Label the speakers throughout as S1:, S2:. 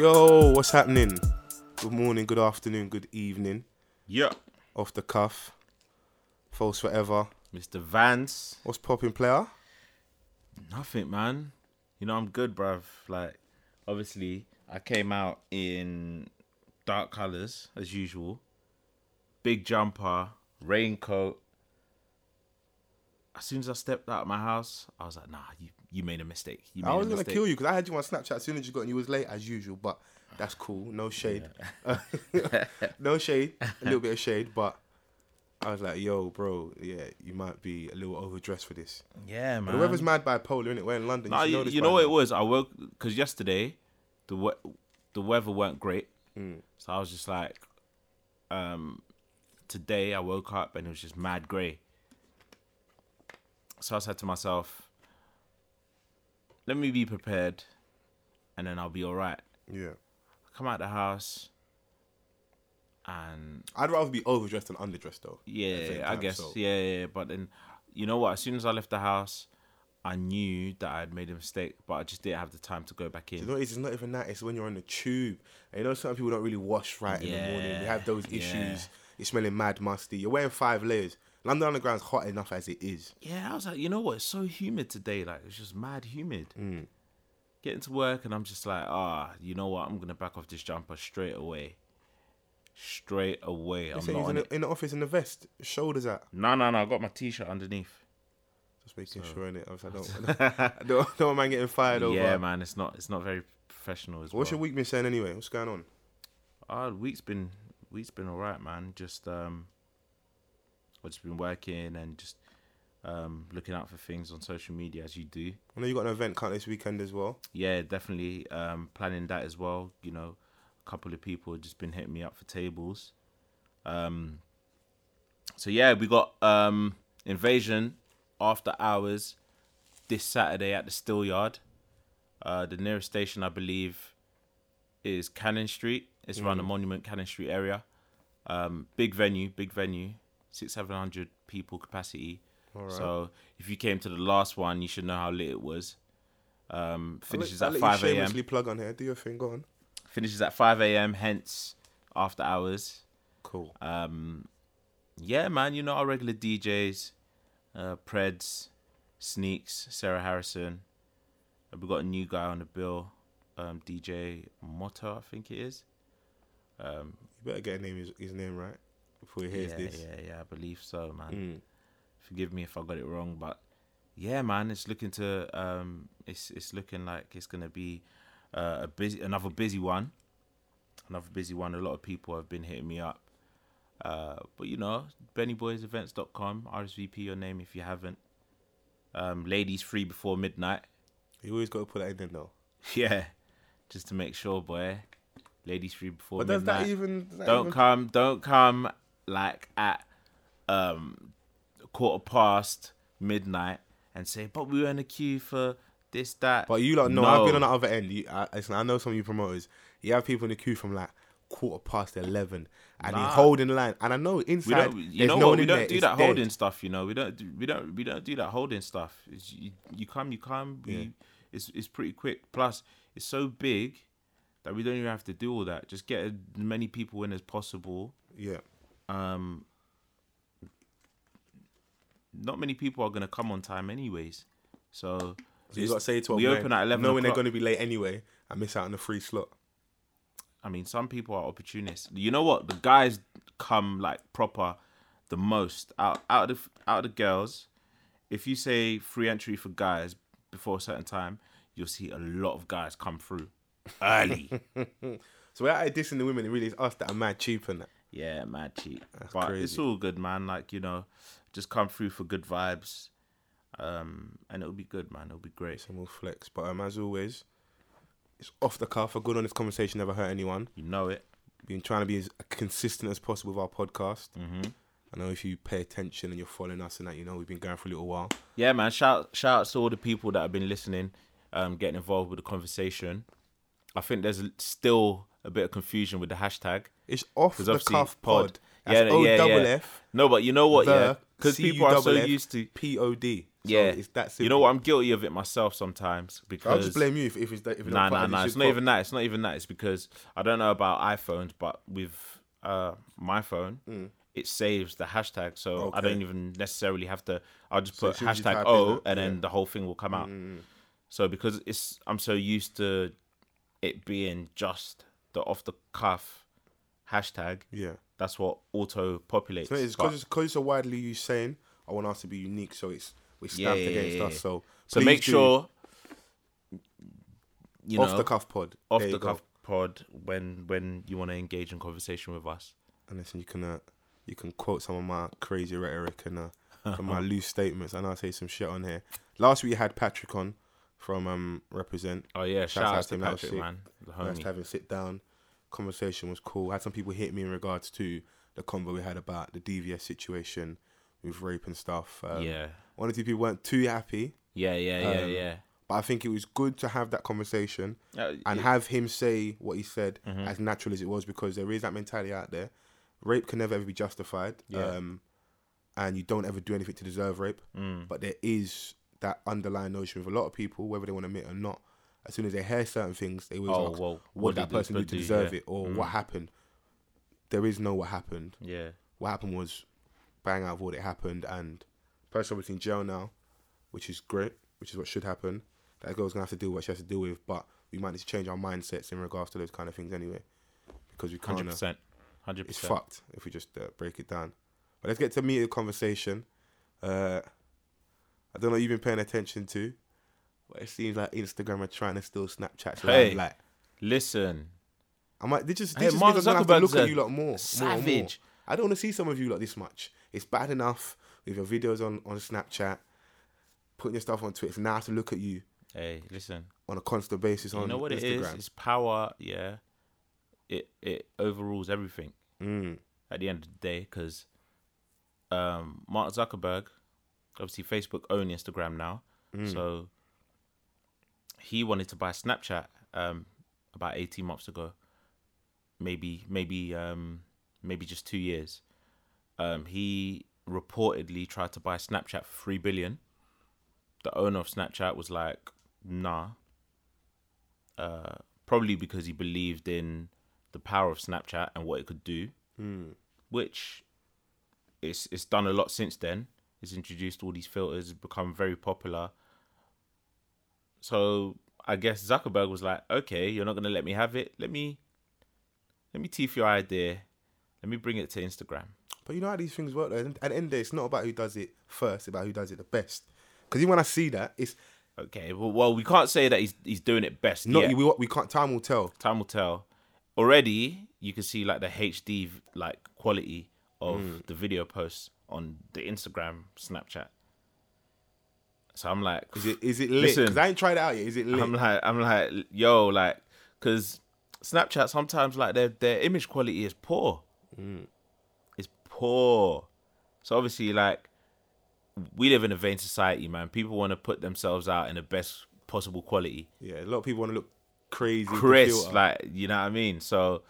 S1: what's happening? Good morning, good afternoon, good evening.
S2: Yeah.
S1: Off the cuff. False forever.
S2: Mr. Vance.
S1: What's popping, player?
S2: Nothing, man. You know, I'm good, bruv. Like, obviously, I came out in dark colors, as usual. Big jumper, raincoat. As soon as I stepped out of my house, I was like, nah, you, you made a mistake. You made
S1: I was
S2: a
S1: gonna
S2: mistake.
S1: kill you because I had you on Snapchat as soon as you got, and you was late as usual. But that's cool. No shade. no shade. A little bit of shade, but I was like, yo, bro, yeah, you might be a little overdressed for this.
S2: Yeah, man.
S1: The weather's mad bipolar, innit? We're in London.
S2: Nah,
S1: Um, you, should
S2: you,
S1: know, this
S2: you
S1: by
S2: know what
S1: now.
S2: it was? I woke because yesterday the we- the weather weren't great,
S1: Mm.
S2: so I was just like, um, today I woke up and it was just mad grey. So I said to myself, let me be prepared, and then I'll be all right.
S1: Yeah.
S2: Come out the house, and
S1: I'd rather be overdressed than underdressed, though. at the same
S2: yeah, I
S1: time,
S2: guess.
S1: so-
S2: Yeah, yeah, yeah. But then, you know what? As soon as I left the house, I knew that I had made a mistake, but I just didn't have the time to go back in.
S1: You know, it's it's not even that. It's when you're on the tube. And you know, some people don't really wash right in the morning. They
S2: Yeah,
S1: have those
S2: yeah.
S1: issues. You're smelling mad musty. You're wearing five layers. London Underground's hot enough as it is.
S2: Yeah, I was like, you know what? It's so humid today. Like, it's just mad humid.
S1: Mm.
S2: Getting to work, and I'm just like, ah, you know what? I'm going to back off this jumper straight away. Straight away. I'm
S1: So he's
S2: not
S1: in,
S2: on it.
S1: the, in the office in the vest, shoulders out.
S2: No, no, no. I got my t shirt underneath.
S1: Just making sure in it. I don't, I don't, don't, don't mind getting fired over.
S2: Yeah, man. It's not It's not very professional as
S1: What's
S2: well.
S1: your week been saying anyway? What's going on?
S2: Ah, the week's been week's been all right, man. Just um, I've just been working and just um looking out for things on social media as you do.
S1: I know you got an event can't this weekend as well.
S2: Yeah, definitely um planning that as well. You know, a couple of people have just been hitting me up for tables. Um, so yeah, we got um invasion after hours this Saturday at the Still Yard. Uh, the nearest station, I believe, is Cannon Street. It's around the Monument Cannon Street area. Um, big venue, big venue, six seven hundred people capacity. So if you came to the last one, you should know how lit it was. Um,
S1: I'll let-
S2: finishes
S1: I'll let
S2: at five
S1: you
S2: a.m.
S1: shamelessly plug on here. Do your thing. Go on.
S2: Finishes at five a.m. Hence, after hours.
S1: Cool.
S2: Yeah, man, you know our regular DJs, uh, Preds, Sneaks, Sarah Harrison. And we got a new guy on the bill, um, DJ Motta, I think it is.
S1: you better get a name, his, his name right before he hears
S2: yeah,
S1: this. Hmm.
S2: yeah, yeah, I believe so, man. Forgive me if I got it wrong, but yeah, man, it's looking to um, it's it's looking like it's gonna be uh, a busy another busy one, another busy one. A lot of people have been hitting me up, uh, but you know, BennyBoysEvents.com, RSVP your name if you haven't. Um, ladies free before midnight.
S1: You always got to put that in there though.
S2: Yeah, just to make sure, boy. Ladies free before
S1: But does
S2: midnight
S1: that even? Does that
S2: don't
S1: even
S2: come don't come like at um quarter past midnight and say but we were in a queue for this that
S1: But you like no,
S2: No.
S1: I've been on the other end. You, I, listen, I know some of you promoters. You have people in the queue from like quarter past eleven, and they
S2: Nah.
S1: holding line. And I know
S2: we
S1: inside
S2: don't you
S1: there's
S2: know
S1: no
S2: what
S1: one
S2: we
S1: in
S2: don't
S1: there.
S2: do
S1: It's
S2: that
S1: dead.
S2: holding stuff you know we don't do, we don't we don't do that holding stuff it's, you, you come you come we, it's it's pretty quick plus it's so big that we don't even have to do all that just get as many people in as possible
S1: Yeah,
S2: um not many people are going to come on time anyways so,
S1: so you
S2: it's-
S1: got to say twelve.
S2: we open at 11
S1: knowing they're
S2: o'clock.
S1: going to be late anyway. I miss out on the free slot.
S2: I mean, some people are opportunists. You know what? The guys come like proper the most out out of the, out of the girls. If you say free entry for guys before a certain time, you'll see a lot of guys come through early.
S1: So we're out here dissing the women. It really is us that are mad cheap and that.
S2: yeah, mad cheap. but it's
S1: crazy.
S2: all good, man. Like you know, just come through for good vibes, um, and it'll be good, man. It'll be great.
S1: Some will flex, but um, as always, it's off the cuff. A good honest conversation never hurt anyone.
S2: You know it.
S1: been trying to be as consistent as possible with our podcast. Mm-hmm. I know if you pay attention and you're following us and that, you know we've been going for a little while.
S2: yeah man shout shout out to all the people that have been listening um getting involved with the conversation i think there's still a bit of confusion with the hashtag
S1: It's off
S2: It's
S1: the
S2: obviously
S1: cuff pod.
S2: yeah,
S1: That's
S2: yeah,
S1: O
S2: yeah.
S1: double F.
S2: no but you know what yeah
S1: the
S2: because people are so
S1: CUFF
S2: used to
S1: P O D.
S2: yeah,
S1: it's that
S2: You know
S1: simple.
S2: what? I'm guilty of it myself sometimes because
S1: I'll just blame you if, if it's that. If it's not
S2: Nah, nah,
S1: part of
S2: nah.
S1: this
S2: It's
S1: shit's
S2: not
S1: fault.
S2: even that. It's not even that. It's because I don't know about iPhones, but with uh, my phone, it saves the hashtag, so I
S1: Mm. Okay.
S2: don't even necessarily have to. I'll just put
S1: as soon as you
S2: hashtag
S1: type in
S2: O,
S1: that,
S2: and then
S1: yeah. Mm,
S2: the whole thing will come out. So because it's, I'm so used to it being just the off the cuff hashtag.
S1: Yeah.
S2: That's what auto populates.
S1: No, it's because it's, 'cause it's a widely used saying. I want us to be unique, so it's we're
S2: Yeah,
S1: stamped
S2: yeah,
S1: against
S2: yeah,
S1: us.
S2: yeah.
S1: So
S2: so
S1: please
S2: make
S1: do
S2: sure you
S1: off
S2: know
S1: the cuff pod,
S2: off
S1: There
S2: the
S1: you go.
S2: cuff pod when when you want to engage in conversation with us.
S1: And listen, you can uh, you can quote some of my crazy rhetoric and uh, some of my loose statements, and I'll say some shit on here. Last week we had Patrick on from um Represent.
S2: Oh yeah, shout,
S1: out
S2: out
S1: to
S2: to
S1: him, that was
S2: Patrick,
S1: sick.
S2: man, the
S1: Nice
S2: homie.
S1: to have a sit down. Conversation was cool. Had some people hit me in regards to the convo we had about the DVS situation with rape and stuff. Um,
S2: yeah,
S1: One or two people weren't too happy,
S2: yeah, yeah, yeah,
S1: um,
S2: yeah.
S1: but I think it was good to have that conversation.
S2: Uh,
S1: and
S2: it-
S1: have him say what he said
S2: Mm-hmm.
S1: as natural as it was because there is that mentality out there. Rape can never ever be justified.
S2: Yeah.
S1: Um, and you don't ever do anything to deserve rape.
S2: Mm.
S1: But there is that underlying notion with a lot of people, whether they want to admit it or not, as soon as they hear certain things, they always
S2: Oh,
S1: ask,
S2: well,
S1: what,
S2: what
S1: did that
S2: did this
S1: person do to
S2: person do?"
S1: deserve
S2: Yeah. Mm.
S1: it or what happened? There is no what happened.
S2: yeah,
S1: What happened was bang out of what it happened and the person was in jail now, which is great, which is what should happen. That girl's gonna have to deal with what she has to deal with, but we might need to change our mindsets in regards to those kind of things anyway. Because we can't
S2: hundred
S1: uh,
S2: percent, hundred
S1: it's
S2: percent.
S1: fucked if we just uh, break it down. But let's get to the meat of the conversation. Uh, I don't know if you've been paying attention to, but it seems like Instagram are trying to steal Snapchat's
S2: Hey.
S1: limelight. Like,
S2: Listen,
S1: I might. They just, they
S2: Hey,
S1: just
S2: Mark
S1: means I'm gonna have to
S2: Zuckerberg's
S1: look
S2: a
S1: at you lot more. more and more.
S2: savage.
S1: I don't want to see some of you lot this much. It's bad enough with your videos on on Snapchat, putting your stuff on Twitter. Now I have to look at you
S2: hey, listen.
S1: on a constant basis on
S2: You know what it is?
S1: Instagram.
S2: It's power. Yeah, it it overrules everything
S1: Mm,
S2: at the end of the day because um, Mark Zuckerberg, obviously Facebook own Instagram now, so he wanted to buy Snapchat um, about eighteen months ago, maybe maybe um, maybe just two years. Um, he reportedly tried to buy Snapchat for three billion. The owner of Snapchat was like, "Nah." Uh, probably because he believed in the power of Snapchat and what it could do which it's it's done a lot since then. It's introduced all these filters, it's become very popular. So I guess Zuckerberg was like, okay, you're not gonna let me have it. Let me let me teeth your idea. Let me bring it to Instagram.
S1: But you know how these things work. Though? At the end of the day, it's not about who does it first; it's about who does it the best. Because even when I see that, it's
S2: Okay, well, well we can't say that he's he's doing it best.
S1: not
S2: yet.
S1: we, we can't. Time will tell.
S2: time will tell. Already, you can see like the HD like quality of
S1: Hmm.
S2: the video posts on the Instagram, Snapchat. So I'm like,
S1: Is it is it lit?
S2: Listen.
S1: Because I ain't tried it out yet. Is it lit?
S2: I'm like, I'm like, yo, like, because Snapchat sometimes like their their image quality is poor. It's poor. So obviously, like, we live in a vain society, man. People want to put themselves out in the best possible quality.
S1: yeah, a lot of people want to look crazy. with the
S2: Chris,
S1: filter.
S2: like, you know what I mean? So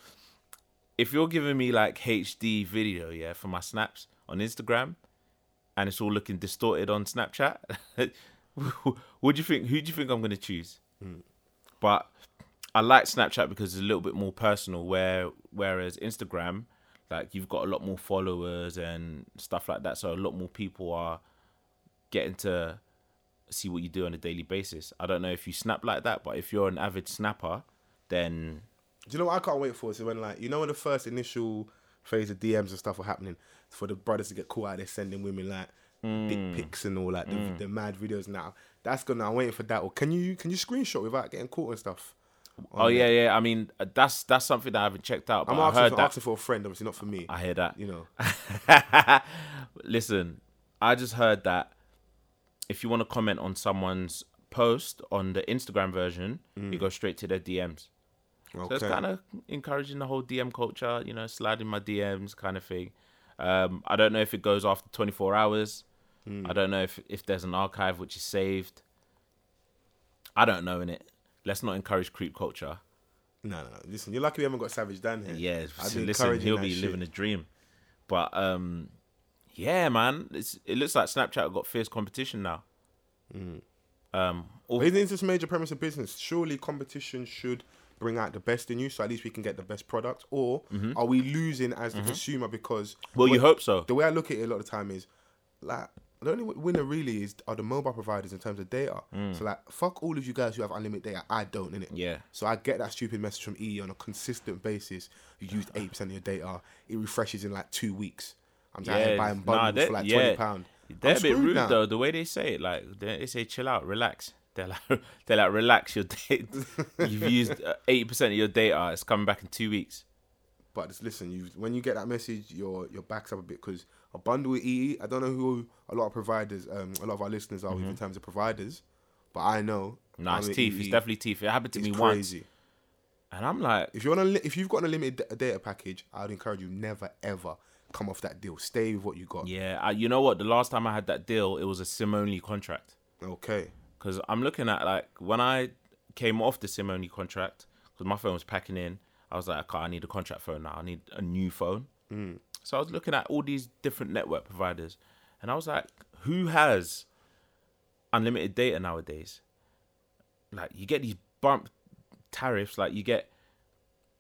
S2: if you're giving me like HD video, yeah, for my snaps on Instagram, and it's all looking distorted on Snapchat, what do you think? Who do you think I'm gonna choose?
S1: Hmm.
S2: But I like Snapchat because it's a little bit more personal. Where whereas Instagram, like you've got a lot more followers and stuff like that, so a lot more people are getting to see what you do on a daily basis. I don't know if you snap like that, but if you're an avid snapper, then
S1: Do you know what I can't wait for? So when like you know when the first initial phase of DMs and stuff were happening, for the brothers to get caught out there sending women like
S2: Mm.
S1: dick pics and all like the, the mad videos now. That's gonna I'm waiting for that. Or can you can you screenshot without getting caught and stuff?
S2: oh yeah, yeah. I mean, uh, that's that's something that I haven't checked out, but
S1: I'm
S2: i
S1: asking
S2: heard
S1: for,
S2: that.
S1: asking for a friend, obviously not for me.
S2: I hear that.
S1: you know.
S2: Listen, I just heard that if you want to comment on someone's post on the Instagram version,
S1: Mm.
S2: you go straight to their DMs. So
S1: Okay.
S2: it's kind of encouraging the whole DM culture, you know, sliding my DMs kind of thing. Um, I don't know if it goes after 24 hours.
S1: Hmm.
S2: I don't know if, if there's an archive which is saved. I don't know in it. Let's not encourage creep culture.
S1: no, no, no. Listen, you're lucky we haven't got Savage Dan here.
S2: Yeah,
S1: I'd
S2: so
S1: be
S2: listen,
S1: encouraging
S2: he'll
S1: that
S2: be
S1: shit.
S2: living a dream. But um, yeah, man, it's, it looks like Snapchat got fierce competition now. Um, all-
S1: But isn't this just major premise of business? Surely competition should bring out the best in you, so at least we can get the best product. Or are we losing as the consumer because
S2: Mm-hmm. well, you hope so.
S1: the way I look at it a lot of the time is like the only w- winner really is are the mobile providers in terms of data. So like fuck all of you guys who have unlimited data, I don't in it.
S2: Mm. Yeah.
S1: So I get that stupid message from EE on a consistent basis. You used eight percent of your data. It refreshes in like two weeks. I'm down here
S2: Yeah,
S1: buying
S2: nah,
S1: bundles
S2: they-
S1: for like
S2: yeah.
S1: twenty pound.
S2: They're a bit rude though. The way they say it, like they, they say, "Chill out, relax." They're like, they're like, "Relax, your date. You've used uh, eighty percent of your data. It's coming back in two weeks."
S1: But just listen, you when you get that message, your your back's up a bit because a bundle with EE. I don't know who a lot of providers, um, a lot of our listeners are with in terms of providers, but I know.
S2: Nice
S1: I'm with
S2: teeth.
S1: EE.
S2: Mm-hmm. It's definitely teeth. It happened to
S1: It's
S2: me once,
S1: crazy.
S2: and I'm like,
S1: If you're on a, li- if you've got an unlimited da- data package, I'd encourage you never ever come off that deal. Stay with what you got.
S2: "Yeah, I, you know what? The last time I had that deal, it was a sim only contract."
S1: Okay.
S2: Because I'm looking at like when I came off the sim only contract, because my phone was packing in, I was like, I, can't, I need a contract phone now. I need a new phone. Mm. So I was looking at all these different network providers, and I was like, who has unlimited data nowadays? Like you get these bump tariffs, like you get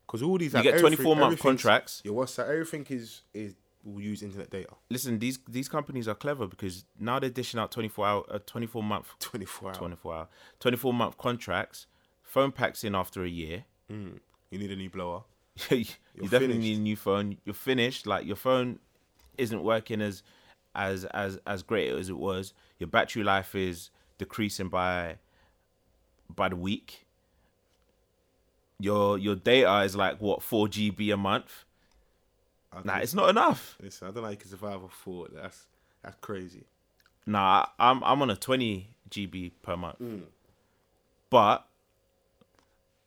S1: Because all these
S2: You
S1: like,
S2: get
S1: everything-
S2: 24 month
S1: everything's-
S2: contracts.
S1: Your WhatsApp, everything is is will use internet data.
S2: listen these these companies are clever because now they're dishing out 24 hour, uh, 24 month
S1: Twenty four hours.
S2: 24 hour 24 month contracts. Phone packs in after a year.
S1: You need a new blower.
S2: you definitely
S1: finished.
S2: need a new phone. You're finished. Like your phone isn't working as as as as great as it was. Your battery life is decreasing by by the week. Your your data is like what four GB a month.
S1: I
S2: Nah,
S1: don't-
S2: it's not enough.
S1: listen, I don't know how you can survive a four. That's that's crazy.
S2: Nah, I- I'm I'm on a 20 GB per month,
S1: Mm.
S2: but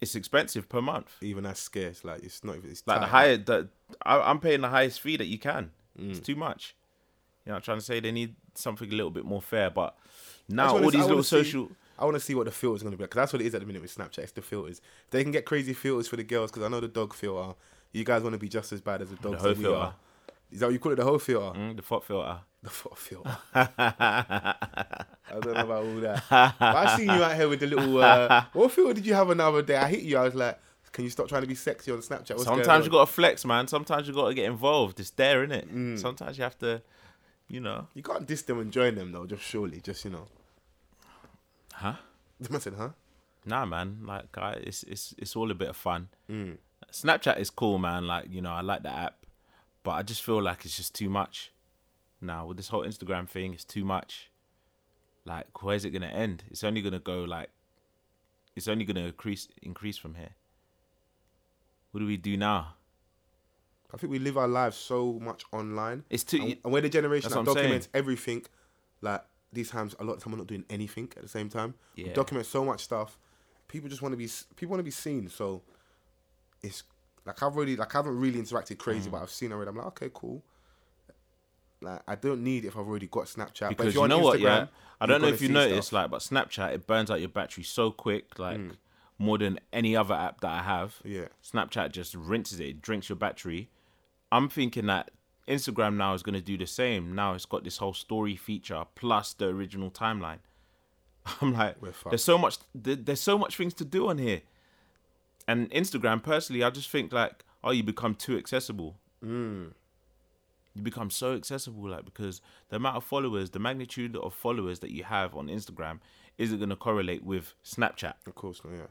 S2: it's expensive per month.
S1: Even that's scarce. Like it's not. even- It's
S2: Like the
S1: tight.
S2: higher the I, I'm paying the highest fee that you can. It's
S1: Mm.
S2: too much. You know, I'm trying to say they need something a little bit more fair. But now
S1: just wanna-
S2: all
S1: I
S2: these
S1: wanna
S2: little
S1: see-
S2: social.
S1: I want to see what the filter's going to be because that's what it is at the minute with Snapchat. It's the filters. If they can get crazy filters for the girls, because I know the dog filter. You guys want to be just as bad as the dogs
S2: hoe
S1: that we
S2: filter.
S1: are. Is that what you call it? The whole filter?
S2: Mm, the thought filter.
S1: The foot filter. I don't know about all that. But I seen you out here with the little. Uh, what filter did you have another day? I hit you. I was like, can you stop trying to be sexy on Snapchat? What's going
S2: Sometimes you
S1: on?" Mm.
S2: gotta flex, man. Sometimes you gotta get involved. It's there, innit? Sometimes you have to, you know.
S1: You can't diss them and join them though. Just surely, just you know.
S2: Huh?
S1: The man said, huh?
S2: Nah, man. Like, I, it's it's it's all a bit of fun. Snapchat is cool, man. Like, you know, I like the app, but I just feel like it's just too much. Now with this whole Instagram thing, it's too much. Like, where's it gonna end? It's only gonna go like, it's only gonna increase increase from here. What do we do now?
S1: I think we live our lives so much online.
S2: It's too.
S1: and, and we're the generation
S2: That's
S1: that
S2: what I'm
S1: documents everything. Like these times, a lot of time we're not doing anything at the same time. We
S2: Yeah.
S1: document so much stuff. People just want to be s- people want to be seen. So it's like I've already like I haven't really interacted crazy,
S2: Mm.
S1: but I've seen already. I'm like, okay, cool. Like I don't need it if I've already got Snapchat. but
S2: because
S1: if
S2: you
S1: you're
S2: know
S1: on Instagram,
S2: what, yeah. I
S1: you're
S2: don't know
S1: gonna
S2: if you
S1: see
S2: noticed,
S1: stuff. Hmm.
S2: like, but Snapchat it burns out your battery so quick, like more than any other app that I have.
S1: Yeah.
S2: Snapchat just rinses it, it drinks your battery. I'm thinking that Instagram now is going to do the same. Now it's got this whole story feature plus the original timeline. I'm like,
S1: fucked.
S2: there's so much, there- there's so much things to do on here. And Instagram, personally, I just think like, oh, you become too accessible you become so accessible like because the amount of followers the magnitude of followers that you have on instagram isn't going to correlate with snapchat
S1: Of course, no, yeah.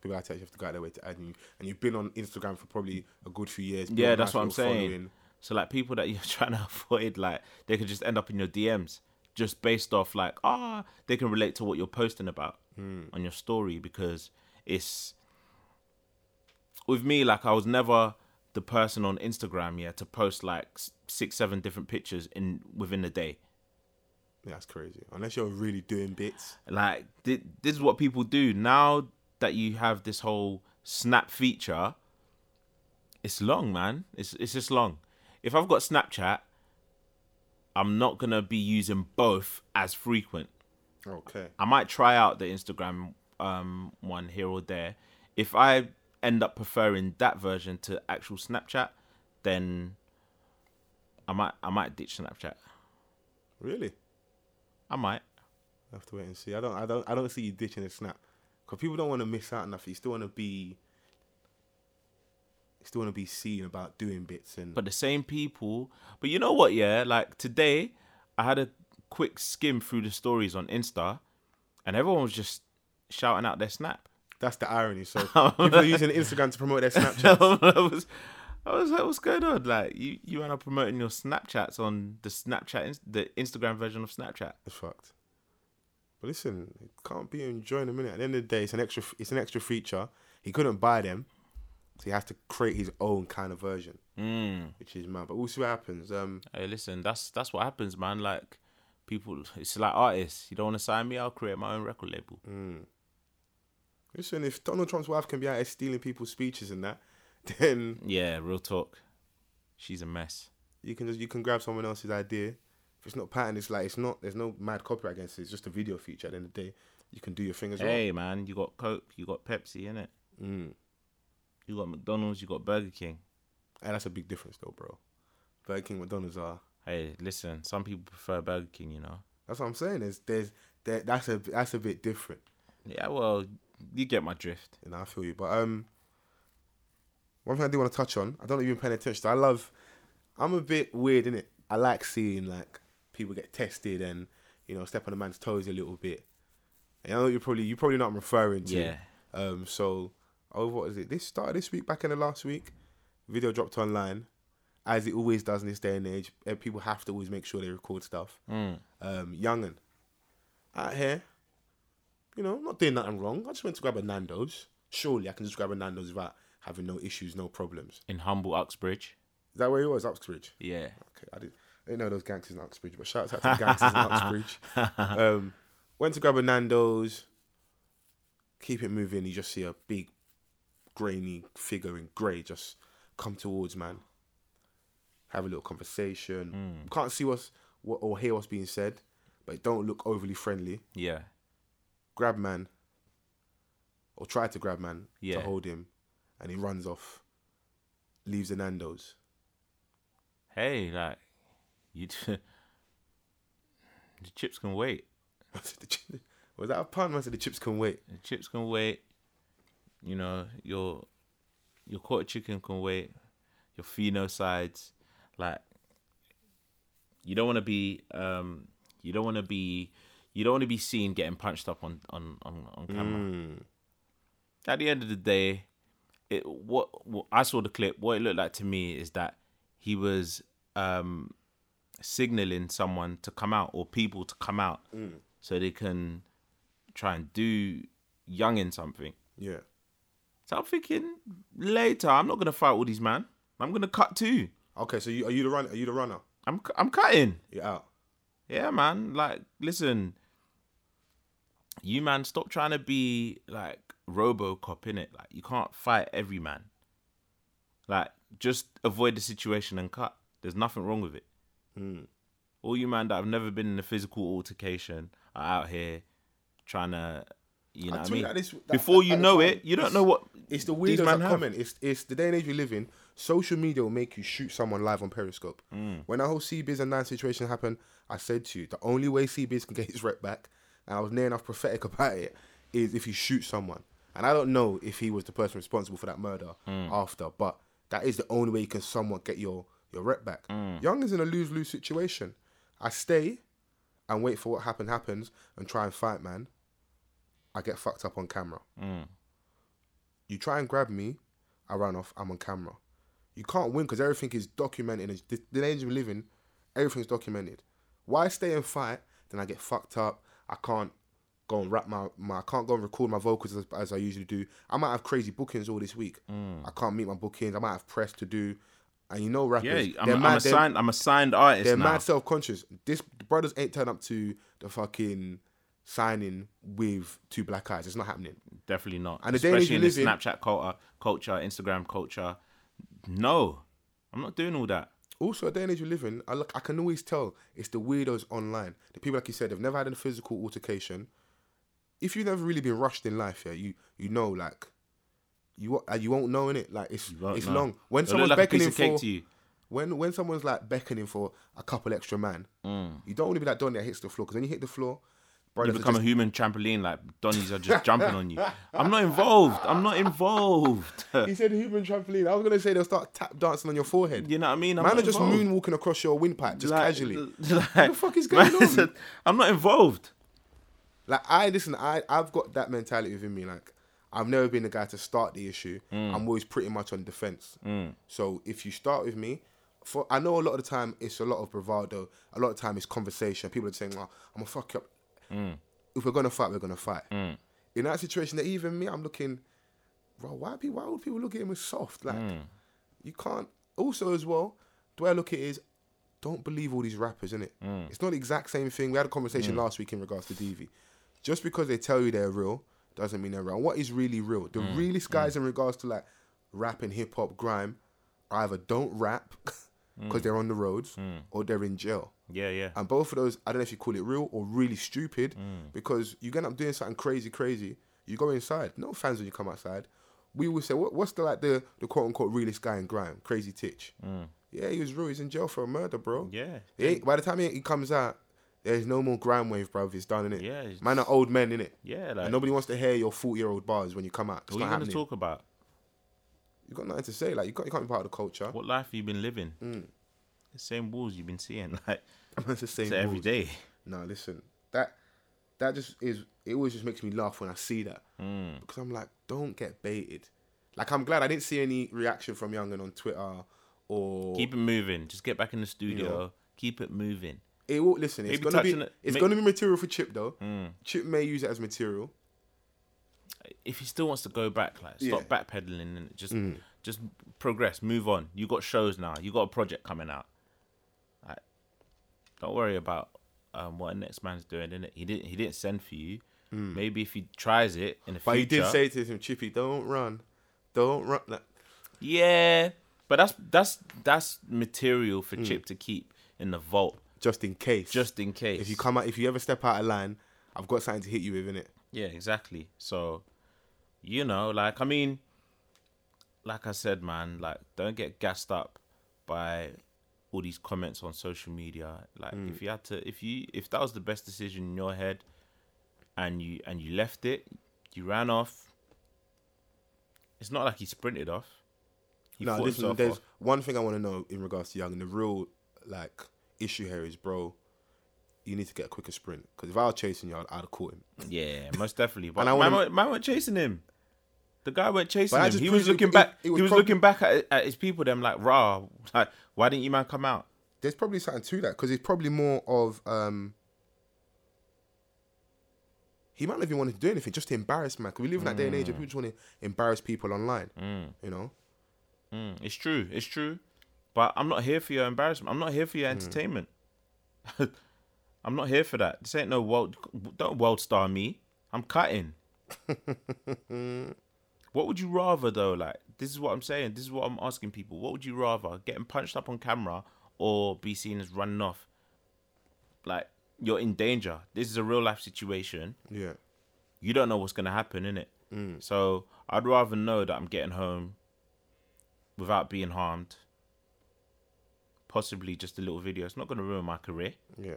S1: People actually have to go out their way to add you, and you've been on Instagram for probably a good few years. built
S2: yeah
S1: a
S2: that's
S1: nice
S2: what i'm
S1: little
S2: saying
S1: following.
S2: so like people that you're trying to avoid like they could just end up in your dms just based off like ah they can relate to what you're posting about on your story because it's with me like i was never the person on instagram yeah to post like s- six seven different pictures in within a day
S1: Yeah, that's crazy. Unless you're really doing bits.
S2: Like thi- this is what people do now that you have this whole snap feature. It's long, man. It's it's just long. If I've got Snapchat, I'm not gonna be using both as frequent.
S1: Okay.
S2: I might try out the Instagram um, one here or there. If I end up preferring that version to actual Snapchat, then I might I might ditch Snapchat.
S1: Really?
S2: I might.
S1: I have to wait and see. I don't. I don't. I don't see you ditching a snap because people don't want to miss out enough. You still want to be. you Still want to be seen about doing bits and
S2: But the same people. But you know what? Yeah, like today, I had a quick skim through the stories on Insta, and everyone was just shouting out their snap.
S1: that's the irony. So people are using Instagram to promote their Snapchat.
S2: I was, I was like, what's going on? Like, you, you end up promoting your Snapchats on the Snapchat, ins- the Instagram version of Snapchat.
S1: It's fucked. But listen, it can't be enjoying a minute. At the end of the day, it's an extra. It's an extra feature. He couldn't buy them, so he has to create his own kind of version,
S2: Mm.
S1: which is mad. But we'll see what happens. Um,
S2: Hey, listen, that's that's what happens, man. Like, people, it's like artists. You don't want to sign me? I'll create my own record label.
S1: listen, if Donald Trump's wife can be out here stealing people's speeches and that, then
S2: Yeah, real talk. She's a mess.
S1: you can just you can grab someone else's idea. If it's not patent, it's like it's not. There's no mad copyright against it. It's just a video feature. At the end of the day, you can do your thing as well.
S2: Hey, man, you got Coke, you got Pepsi, innit?
S1: Mm.
S2: You got McDonald's, you got Burger King.
S1: And that's a big difference, though, bro. Burger King, McDonald's are.
S2: Hey, listen, some people prefer Burger King, you know.
S1: That's what I'm saying. Is there's there, that's a that's a bit different.
S2: Yeah, well, you get my drift.
S1: And I feel you. But um, one thing I do want to touch on, I don't know if you've been paying attention. I love, I'm a bit weird in it. I like seeing like people get tested and you know step on a man's toes a little bit. And I know you're probably you probably know what I'm referring to.
S2: Yeah.
S1: Um. So over what is it? This started this week, back in the last week. Video dropped online, as it always does in this day and age. eh, People have to always make sure they record stuff. Um, youngin out here, you know, not doing nothing wrong. I just went to grab a Nando's. Surely I can just grab a Nando's without having no issues, no problems. Is
S2: In humble Uxbridge.
S1: that where he was? Uxbridge.
S2: Yeah.
S1: Okay, I didn't, I didn't know those gangsters in Uxbridge, but shout out to the gangsters in Uxbridge. Um, went to grab a Nando's. Keep it moving. You just see a big, grainy figure in grey just come towards man. Have a little conversation. Can't see what's what, or hear what's being said, but it don't look overly friendly.
S2: Yeah.
S1: Grab man, or try to grab man
S2: Yeah.
S1: to hold him, and he runs off, leaves the Nando's.
S2: Hey, like, you. the chips can wait.
S1: I said, the chi- was that a pun? I said the chips can wait.
S2: The chips can wait. You know your your quarter chicken can wait. Your pheno sides, like you don't want to be um you don't want to be you don't want to be seen getting punched up on on on, on camera. At the end of the day, it what, what I saw the clip. What it looked like to me is that he was um signaling someone to come out or people to come out so they can try and do young in something.
S1: Yeah,
S2: So I'm thinking later, I'm not gonna fight all these man. I'm gonna cut too.
S1: Okay, so you, are you the runner? Are you the runner?
S2: I'm cu- I'm cutting.
S1: You're out.
S2: Yeah, man. Like, listen, you man, stop trying to be like RoboCop in it. Like, you can't fight every man. Like, just avoid the situation and cut. There's nothing wrong with it.
S1: Hmm.
S2: All you man that have never been in a physical altercation are out here trying to, you know,
S1: I
S2: what I
S1: tweeted
S2: mean,
S1: at this- that-
S2: before
S1: at
S2: you
S1: the
S2: know
S1: time.
S2: it, you don't know what
S1: It's the
S2: these
S1: weirdest
S2: man
S1: that
S2: have.
S1: comment. It's it's the day and age we live in. Social media will make you shoot someone live on Periscope.
S2: Mm.
S1: When that whole CBiz and Nine situation happened, I said to you, the only way CBiz can get his rep back, and I was near enough prophetic about it, is if you shoot someone. And I don't know if he was the person responsible for that murder
S2: Mm.
S1: after, but that is the only way you can somewhat get your your rep back.
S2: Mm.
S1: Young is in a lose lose situation. I stay and wait for what happened happens and try and fight, man. I get fucked up on camera.
S2: Mm.
S1: You try and grab me, I ran off. I'm on camera. You can't win because everything is documented. It's the, the age we live in, everything's documented. Why stay and fight? Then I get fucked up. I can't go and rap my, my I can't go and record my vocals as, as I usually do. I might have crazy bookings all this week.
S2: Mm.
S1: I can't meet my bookings. I might have press to do. And you know
S2: Yeah,
S1: rappers.
S2: I'm,
S1: they're
S2: I'm
S1: mad-
S2: a
S1: they're-
S2: signed, I'm a signed artist
S1: they're
S2: now.
S1: mad self conscious. This the brothers ain't turned up to the fucking signing with two black eyes. It's not happening.
S2: Definitely not.
S1: And the day that
S2: Especially
S1: you
S2: in the
S1: live in-
S2: Snapchat culture, culture, Instagram culture. No, I'm not doing all that.
S1: Also, at the age we live in, I look, I can always tell it's the weirdos online. The people, like you said, they've never had a physical altercation. If you've never really been rushed in life, yeah, you you know, like, you wa- uh, you won't know in it. Like it's
S2: won't
S1: it's
S2: know.
S1: long. When
S2: It'll look
S1: someone's
S2: like a piece
S1: beckoning
S2: of cake
S1: for
S2: to you.
S1: when when someone's like beckoning for a couple extra man, you don't want to be that don that hits the floor because when you hit the floor,
S2: Mm. You
S1: Brothers are
S2: become a
S1: just-
S2: human trampoline, like Donnies are just jumping on you. I'm not involved. I'm not involved.
S1: He said human trampoline. I was gonna say they'll start tap dancing on your forehead.
S2: you know what I mean? I'm
S1: Man
S2: not
S1: are just
S2: involved.
S1: moonwalking across your windpipe just
S2: Like, uh,
S1: casually.
S2: like-
S1: the fuck is going on?
S2: said, I'm not involved.
S1: Like I listen, I I've got that mentality within me. Like I've never been the guy to start the issue.
S2: Mm.
S1: I'm always pretty much on defense. So if you start with me, for I know a lot of the time it's a lot of bravado. A lot of time it's conversation. People are saying, "Well, I'm gonna fuck you up."
S2: Mm.
S1: If we're gonna fight, we're gonna fight. In that situation, that even me, I'm looking. Bro, why people? Why would people look at him as soft? Like
S2: Mm.
S1: you can't. Also, as well, the way I look at it is, don't believe all these rappers, innit? It's not the exact same thing. We had a conversation last week in regards to DV. Just because they tell you they're real doesn't mean they're real. What is really real? The realest guys in regards to like rap and hip hop grime either don't rap because they're on the roads or they're in jail.
S2: Yeah, yeah.
S1: And both of those, I don't know if you call it real or really stupid,
S2: Mm.
S1: because you end up doing something crazy, crazy. You go inside. No fans when you come outside. We will say, what, what's the like the, the quote unquote realest guy in grime? Crazy Titch. Yeah, he was real. He's in jail for a murder, bro.
S2: Mm. Yeah.
S1: He ain't- by the time he, he comes out, there's no more grime wave, bro. It's done, innit?
S2: Yeah, it's-
S1: Man are old men, innit?
S2: Yeah,
S1: And
S2: like
S1: nobody wants to hear your 40 year old bars when you come out. It's
S2: what are
S1: not
S2: you gonna
S1: happening.
S2: talk about?
S1: you got nothing to say. Like, you, got, you can't be part of the culture.
S2: What life have you been living?
S1: Mm.
S2: The same walls you've been seeing, like
S1: It's the same
S2: so every
S1: rules.
S2: day.
S1: no, listen, that that just is. It always just makes me laugh when I see that
S2: Hmm.
S1: because I'm like, don't get baited. Like I'm glad I didn't see any reaction from Youngin on Twitter or
S2: Keep it moving. Just get back in the studio.
S1: Yeah.
S2: Keep it moving.
S1: it will listen. It's
S2: Maybe
S1: gonna be
S2: touching it- Hmm.
S1: it's
S2: ma-
S1: gonna be material for Chip though. Chip may use it as material.
S2: If he still wants to go back, like stop
S1: Yeah. Mm.
S2: backpedaling and just just progress, move on. You got shows now. You got a project coming out. Like, don't worry about um, what the next man's doing. In it, he didn't he didn't send for you. Maybe if he tries it in the
S1: Mm. But he
S2: future,
S1: did say to him, Chippy, don't run, don't run. Like,
S2: Yeah, but that's that's that's material
S1: Mm.
S2: for Chip to keep in the vault
S1: just in case.
S2: just in case.
S1: if you come out, if you ever step out of line, I've got something to hit you with in it.
S2: yeah, exactly. So, you know, like I mean, like I said, man, like don't get gassed up by all these comments on social media. Like
S1: Mm.
S2: if you had to, if you if that was the best decision in your head, and you and you left it, you ran off. It's not like he sprinted off. He
S1: No,
S2: fought
S1: listen,
S2: himself
S1: there's
S2: off.
S1: one thing I want to know in regards to Young, and the real like issue here is, bro, you need to get a quicker sprint. Because if I was chasing you, I'd, I'd have caught him.
S2: Yeah, most definitely. But
S1: I
S2: man,
S1: wanna-
S2: went, man went chasing him. The guy went chasing
S1: But I
S2: him.
S1: just
S2: He was
S1: proved it-
S2: looking
S1: it-
S2: back.
S1: it was
S2: he was
S1: probably-
S2: looking back at, at his people. Them like rah, like why didn't you man come out?
S1: There's probably something to that because it's probably more of um. He might not even want to do anything just to embarrass man. 'Cause we live in that day and
S2: Hmm.
S1: age where people just want to embarrass people online. You know,
S2: Mm, it's true. It's true. But I'm not here for your embarrassment. I'm not here for your entertainment. I'm not here for that. This ain't no world. Don't world star me. I'm cutting. what would you rather though? Like this is what I'm saying. This is what I'm asking people. What would you rather? Getting punched up on camera or be seen as running off? Like you're in danger. This is a real life situation
S1: yeah.
S2: you don't know what's gonna happen, innit? Mm. So I'd rather know that I'm getting home without being harmed. Possibly just a little video. It's not gonna ruin my career.
S1: Yeah.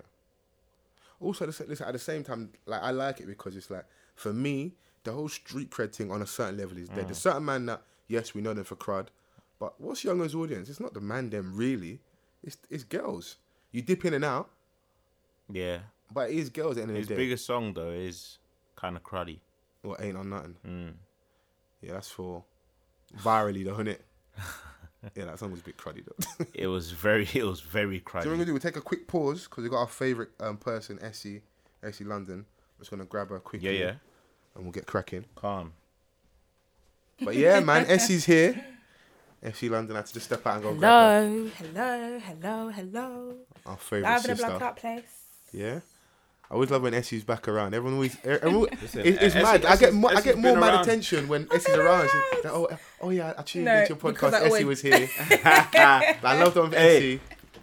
S1: Also, listen, listen, at the same time, like I like it because it's like for me, the whole street cred thing on a certain level is dead. There's
S2: Mm.
S1: certain man that yes, we know them for crud, but what's Younger's audience? It's not the man them really. It's it's girls. You dip in and out,
S2: Yeah.
S1: but it is girls at the end
S2: His
S1: of the day.
S2: biggest song though is kind of cruddy.
S1: Well, ain't on nothing.
S2: Mm.
S1: Yeah, that's for virally though, innit? yeah, that song was a bit cruddy though.
S2: It was very, it was very
S1: So what we're
S2: cruddy.
S1: gonna do, we'll take a quick pause because we got our favourite um, person, Essie, Essie London. I'm just gonna grab her
S2: Yeah,
S1: quickly
S2: yeah.
S1: and we'll get cracking.
S2: Calm.
S1: But yeah, man, Essie's here. FC London had to just step out and go grab
S3: Hello, hello, hello, hello.
S1: her. our favourite
S3: Live in a
S1: sister.
S3: black out place.
S1: Yeah. I always love when Essie's back around. Everyone always, er, everyone, it's, it's
S2: Essie-
S1: mad. I get
S2: Essie's-
S1: more, I
S2: Essie's
S1: get more
S2: been
S1: mad
S2: around.
S1: attention when Essie's around. She's like, oh, oh yeah, I tuned
S3: No,
S1: into your
S3: because
S1: podcast.
S3: I
S1: Essie
S3: always-
S1: was here. I loved on Essie.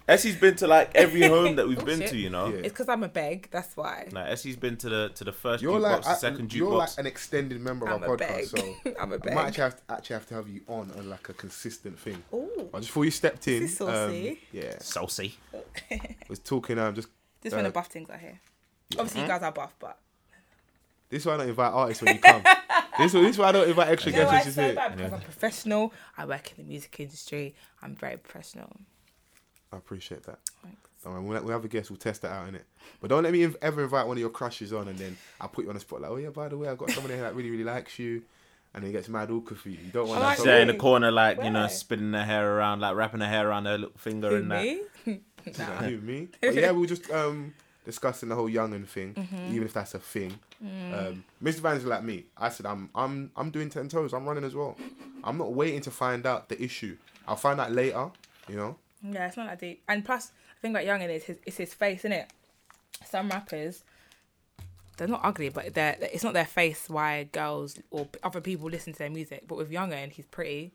S2: Essie's been to like every home that we've been
S3: shit.
S2: to, you know.
S1: Yeah.
S3: It's because I'm a beg, that's why.
S2: Like Essie's been to the to the 1st
S1: You're
S2: jukebox,
S1: like,
S2: the
S1: I-
S2: second jukebox.
S1: you're like an extended member of
S3: I'm
S1: our
S3: a
S1: podcast,
S3: beg.
S1: so
S3: I'm a
S1: I might
S3: beg.
S1: actually have, to, actually have to have you on on like a consistent thing.
S3: Ooh.
S1: I just before you stepped in,
S3: This is saucy.
S1: um, yeah,
S2: Saucy.
S1: was talking. um, just
S3: This is when
S1: uh, Hmm?
S3: the buff things are here. Obviously, you guys are buff, but
S1: This is why I don't invite artists when you come. this, is- this is why I don't invite extra
S3: you know
S1: guests
S3: why
S1: when
S3: it's
S1: she's
S3: so
S1: here.
S3: bad because I'm professional. I work in the music industry. I'm very professional.
S1: I appreciate that.
S3: Thanks.
S1: Don't worry, we'll, we'll have a guest. We'll test that out in it. But don't let me inv- ever invite one of your crushes on, and then I put you on the spot. Like, oh yeah, by the way, I got someone here that really really likes you, and then gets mad awkward for you. You don't want
S3: I
S1: that.
S3: like
S1: to
S2: Sit in the
S3: Wait,
S2: corner, like you know,
S3: where?
S2: spinning her hair around, like wrapping her hair around her little finger
S3: Who,
S2: and that.
S3: me?
S1: She's like, "Who, me? But yeah, we were just um, discussing the whole youngin thing,
S3: Mm-hmm.
S1: even if that's a thing.
S3: Mm.
S1: Um, Mr. Vans is like me. I said, I'm, I'm, I'm doing ten toes. I'm running as well. I'm not waiting to find out the issue. I'll find out later. You know,
S3: Yeah, it's not that deep. And plus, the thing about Youngin is his, it's his face, isn't it? Some rappers, they're not ugly, but they're it's not their face why girls or p- other people listen to their music. But with Youngin, he's pretty.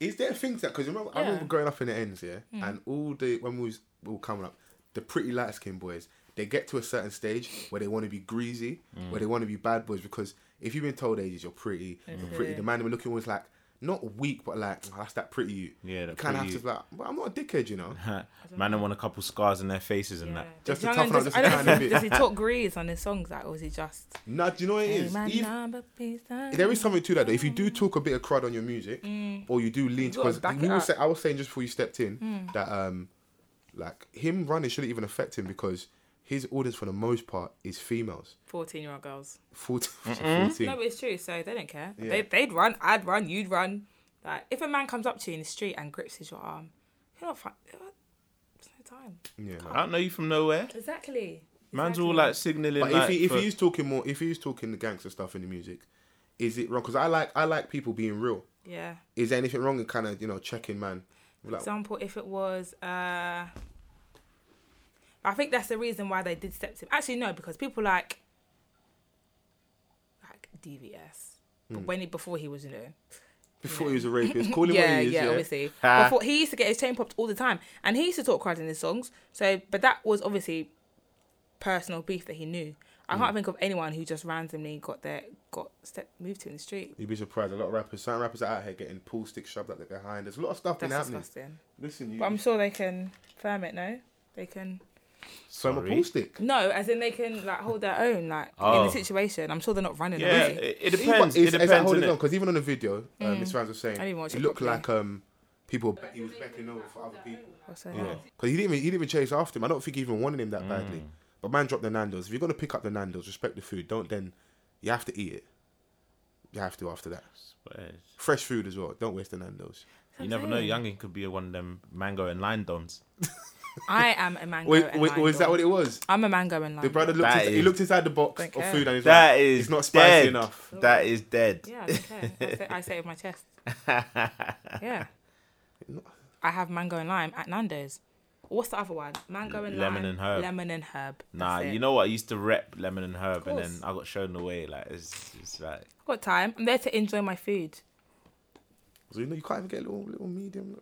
S1: is there things that because remember I remember
S3: Yeah. Mm.
S1: growing up in the ends, yeah, and all the when we was all coming up, the pretty light skinned boys. They get to a certain stage where they want to be greasy,
S2: Mm.
S1: where they want to be bad boys because if you've been told ages you're pretty, you're pretty, the man they were looking was like not weak but like "Oh, that's that pretty you.
S2: Yeah, that
S1: you kind of
S2: pretty
S1: have to
S2: you.
S1: be like, but I'm not a dickhead, you know.
S2: Man, they want a couple scars in their faces and that.
S1: Just
S3: Does
S1: to toughen up
S3: does-
S1: just
S3: I
S1: a
S3: don't
S1: tiny
S3: know,
S1: bit.
S3: Does he talk grease on his songs, like, or is he just?
S1: No, do you know what it
S3: Hey,
S1: is?
S3: my
S1: Ev-
S3: number, please, uh,
S1: there is something to that though. If you do talk a bit of crud on your music,
S3: Mm.
S1: or you do lean
S3: gotta
S1: because
S3: back
S1: we
S3: it
S1: were
S3: up. Mm.
S1: say, I was saying just before you stepped in that um, like him running shouldn't even affect him because his audience for the most part is females.
S3: Fourteen-year-old girls.
S1: 14,
S3: No,
S1: 14.
S3: but it's true. So they don't care.
S1: Yeah.
S3: They, they'd run. I'd run. You'd run. Like if a man comes up to you in the street and grips his your arm, you're not fine. There's no time.
S1: Yeah, man.
S2: I don't know you from nowhere.
S3: Exactly.
S2: Man's all like signaling.
S1: But
S2: like,
S1: if he if
S2: for-
S1: he's talking more, if he's talking the gangster stuff in the music, is it wrong? Because I like I like people being real.
S3: Yeah.
S1: Is there anything wrong in kind of you know checking man?
S3: For
S1: Like,
S3: example, if it was, uh, I think that's the reason why they did step to Actually, no, because people like like DVS,
S1: Hmm.
S3: but when he, before he was, you know,
S1: before he was a rapist, call him
S3: yeah,
S1: what he is.
S3: yeah,
S1: Yeah,
S3: obviously. Before he used to get his chain popped all the time, and he used to talk crud in his songs. So, but that was obviously personal beef that he knew. I
S1: Mm.
S3: can't think of anyone who just randomly got their got step moved to in the street.
S1: You'd be surprised. A lot of rappers, some rappers are out here getting pool stick shoved up their behind. There's a lot of stuff been
S3: That's
S1: happening.
S3: disgusting.
S1: Listen, you
S3: But I'm sure they can firm it. No, they can.
S1: so I'm a
S2: Sorry.
S1: pool stick.
S3: No, as in they can like hold their own, like in
S2: Oh.
S3: the situation. I'm sure they're not running
S2: yeah,
S3: away.
S2: it, it depends. It
S1: It's, it's like
S2: depends.
S1: holding on
S2: innit?
S1: because even on the video, um, Miss Rams was saying
S3: Mm. I didn't watch
S1: it
S3: it
S1: looked
S3: properly.
S1: like um people. He was beckoning over for other people.
S3: Also,
S1: Yeah, because he didn't even, he didn't even chase after him. I don't think he even wanted him that badly.
S2: Mm.
S1: But man, dropped the Nando's. If you're gonna pick up the Nando's, respect the food. Don't then you have to eat it. You have to after that.
S2: But, eh,
S1: Fresh food as well. Don't waste the Nando's.
S2: You never know. Youngin could be one of them mango and lime dons.
S3: I am a mango.
S1: Wait,
S3: and
S1: wait,
S3: lime
S1: was that
S3: dog.
S1: what it was?
S3: I'm a mango and lime.
S1: The brother
S3: dog.
S1: looked.
S2: That
S1: Inside, he
S2: is-
S1: looked inside the box
S3: Don't
S1: of
S3: care.
S1: food and he's
S2: That
S1: like,
S2: is
S1: it's not spicy
S2: dead.
S1: enough.
S2: That is dead.
S3: Yeah, I don't care. I say, I say it with my chest. Yeah, I have mango and lime at Nando's. What's the other one? Mango and
S2: Lemon
S3: lime,
S2: and herb.
S3: Lemon and herb.
S2: Nah,
S3: That's it.
S2: you know what? I used to rep lemon and herb, and then
S3: course.
S2: I got shown the way. Like it's, it's like
S3: I've got time. I'm there to enjoy my food.
S1: So, you know, you can't even get a little little medium.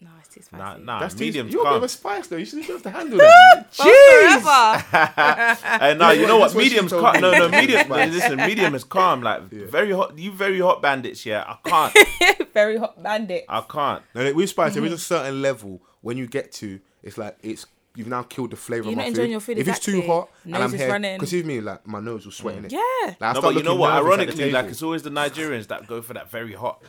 S3: No, it's too spicy.
S2: nah, nah.
S1: That's medium.
S2: medium.
S1: You're a bit of a spice though. You should have to handle that.
S3: Jeez.
S2: Hey, no, Eh, you know
S1: That's
S2: what?
S1: what she
S2: Medium's
S1: told
S2: calm.
S1: me.
S2: No, no, medium.
S1: Right.
S2: listen, medium is calm. Like
S1: Yeah.
S2: very hot. You very hot bandits. Yeah, I can't.
S3: Very hot bandit.
S2: I can't.
S1: No, no, with spice,
S3: Mm-hmm.
S1: there is a certain level when you get to. It's like it's you've now killed the flavor.
S3: You're
S1: of
S3: not
S1: my
S3: enjoying
S1: food.
S3: your food,
S1: If it's too
S3: exactly.
S1: hot
S3: Nose
S1: and I'm
S3: is
S1: here,
S3: running. Mm.
S1: because even me, like my nose will sweat in it.
S3: Yeah.
S1: Like, I
S2: No,
S1: start
S2: but you
S1: looking
S2: know what?
S1: nervous at the
S2: Ironically, like
S1: table.
S2: it's always the Nigerians that go for that very hot.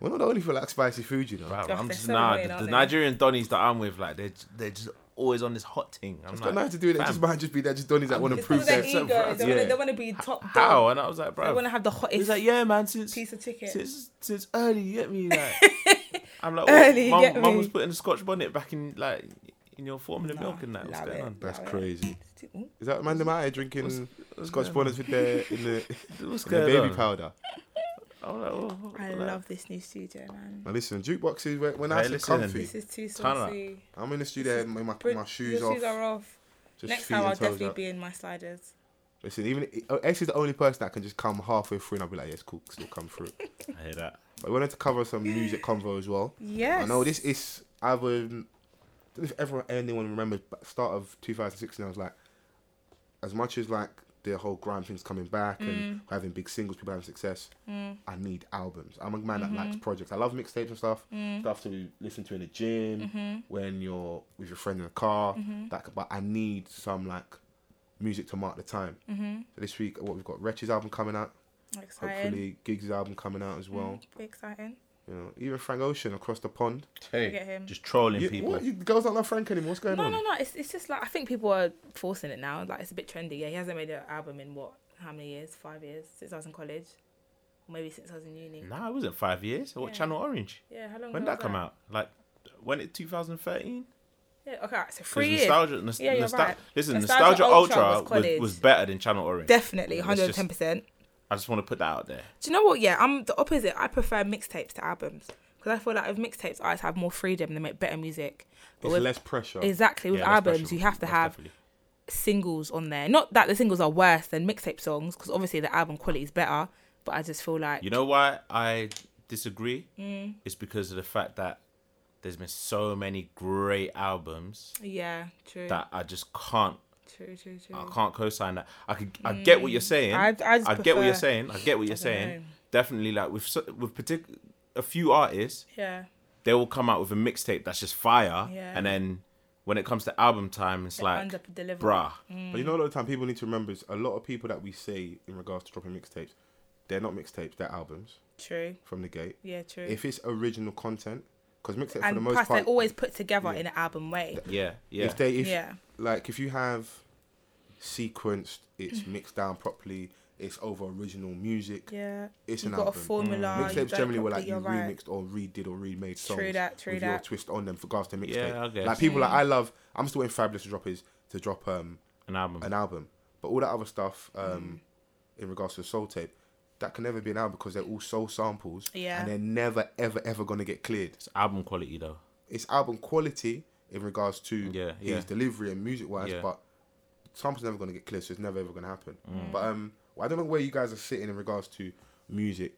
S1: we're not the only for like spicy food, you know.
S2: Wow,
S3: Gosh,
S2: I'm
S3: they're
S2: just
S3: so
S2: nah.
S3: annoying,
S2: The,
S3: aren't
S2: the
S3: they?
S2: Nigerian donnies that I'm with, like they're j- they're just always on this hot thing. I'm
S1: It's got nothing
S2: like,
S1: to do with it. it
S2: fam,
S1: Just might just be that just donnies that want to
S3: It's because
S1: prove
S3: of their
S1: their
S3: ego.
S1: self.
S3: They
S1: right?
S3: want to
S1: Yeah.
S3: they wanna be top dog.
S2: how? And I was like,
S3: They want
S2: bro.
S3: to have the hottest.
S2: He's like, yeah, man. Since
S3: piece of chicken.
S2: since since early, you get me. Like, I'm like,
S3: Early,
S2: early,
S3: you
S2: mum,
S3: get
S2: mum
S3: me.
S2: was putting the scotch bonnet back in like in your formula
S3: Nah,
S2: milk and that. What's
S3: love
S2: going
S3: it.
S2: on?
S1: That's
S3: Wow, yeah.
S1: crazy.
S3: Ooh.
S1: Is that man them out here drinking
S2: what's
S1: scotch
S2: going
S1: bonnets with their in the,
S2: What's
S1: in the
S2: going
S1: baby
S2: on?
S1: powder?
S2: I'm like, oh, what-
S3: I
S2: like,
S3: love this new studio, man.
S1: Now listen, jukeboxes. When, when
S2: Hey,
S1: I say
S2: listen.
S1: comfy,
S3: This is too
S2: Turn up.
S3: saucy.
S1: I'm in the studio, my, my, my shoes
S3: Your
S1: off,
S3: shoes are off.
S1: just
S3: Next
S1: feet
S3: time I'll
S1: and toes
S3: definitely
S1: up.
S3: be in my sliders.
S1: Listen, even uh, X is the only person that can just come halfway through and I'll be like, yes, cool, still come through.
S2: I hear that.
S1: But we wanted to cover some music convo as well.
S3: Yes.
S1: I know this is I would don't know if everyone anyone remembers but start of 2016 I was like as much as like the whole grime thing's coming back and having big singles, people having success. I need albums. I'm a man that likes projects. I love mixtapes and stuff, stuff to listen to in the gym, when you're with your friend in the car. That, but I need some like music to mark the time. Mm-hmm. So this week, what we've got Wretch's album coming out.
S3: Exciting.
S1: Hopefully, Giggs' album coming out as well.
S3: Mm, Be exciting.
S1: You know, even Frank Ocean across the pond.
S3: Get
S2: Hey,
S3: him.
S2: just trolling
S1: You,
S2: people.
S1: what? You girls don't love Frank anymore. What's going
S3: No,
S1: on?
S3: no, no. It's, it's just like I think people are forcing it now. Like it's a bit trendy. Yeah, he hasn't made an album in what? How many years? Five years since I was in college, or maybe since I was in uni.
S2: Nah, it wasn't five years. What
S3: Yeah.
S2: Channel Orange?
S3: Yeah, how long?
S2: When
S3: ago
S2: that
S3: was
S2: come out? Like when it 2013?
S3: Yeah, okay, so
S2: Because
S3: three years.
S2: nostalgia, nos-
S3: Yeah, you're
S2: nostal-
S3: right.
S2: listen,
S3: Nostalgia
S2: nostalgia,
S3: Ultra
S2: Ultra,
S3: was
S2: was,
S3: college.
S2: was, better than Channel Orange.
S3: Definitely,
S2: Let's
S3: hundred
S2: just-
S3: ten percent.
S2: I just want to put that out there.
S3: Do you know what? Yeah, I'm the opposite. I prefer mixtapes to albums because I feel like with mixtapes, artists have more freedom. They make better music. But
S1: It's
S3: with
S1: less pressure.
S3: exactly with
S2: Yeah, that's
S3: albums,
S2: special.
S3: you have to
S2: That's
S3: have
S2: definitely-
S3: singles on there. Not that the singles are worse than mixtape songs because obviously the album quality is better. But I just feel like
S2: You know why I disagree?
S3: Mm.
S2: It's because of the fact that there's been so many great albums
S3: yeah, true,
S2: that I just can't.
S3: true, true, true.
S2: I can't co-sign that. I could. I get what you're saying.
S3: Mm. I- I
S2: get
S3: just
S2: what
S3: prefer-
S2: you're saying. I get what you're
S3: I don't
S2: saying.
S3: know.
S2: Definitely, like with so- with particular a few artists,
S3: Yeah,
S2: they will come out with a mixtape that's just fire,
S3: Yeah.
S2: and then when it comes to album time, it's
S3: They
S2: like,
S3: underdeliver.
S2: bruh,
S1: But you know, a lot of time people need to remember is a lot of people that we say in regards to dropping mixtapes, they're not mixtapes, they're albums
S3: true.
S1: from the gate.
S3: Yeah, true.
S1: If it's original content, because mixtape for the
S3: and
S1: most
S3: plus,
S1: part,
S3: they're always put together
S1: yeah.
S3: in an album way.
S2: yeah, yeah.
S1: if they if
S3: Yeah.
S1: like if you have sequenced, it's mixed down properly, it's over original music,
S3: Mm. Yeah,
S1: it's
S3: you've
S1: an
S3: got
S1: album. mm.
S3: a formula. you've done
S1: Mixtapes
S3: it
S1: generally were
S3: properly,
S1: like you
S3: you're right.
S1: remixed or redid or remade songs
S3: True that, true
S1: with your
S3: that.
S1: twist on them for regards to mixtape.
S2: Yeah, I guess.
S1: Like people like I love, I'm still waiting for Fabulous to drop his to drop um
S2: an album.
S1: an album. But all that other stuff, um, in regards to soul tape, that can never be an album because they're all soul samples.
S3: Yeah.
S1: And they're never, ever, ever gonna get cleared.
S2: It's album quality though.
S1: It's album quality in regards to
S2: Yeah,
S1: his
S2: yeah.
S1: delivery and music wise,
S2: Yeah.
S1: but samples never gonna get cleared, so it's never ever gonna happen.
S3: Mm.
S1: But um well, I don't know where you guys are sitting in regards to music.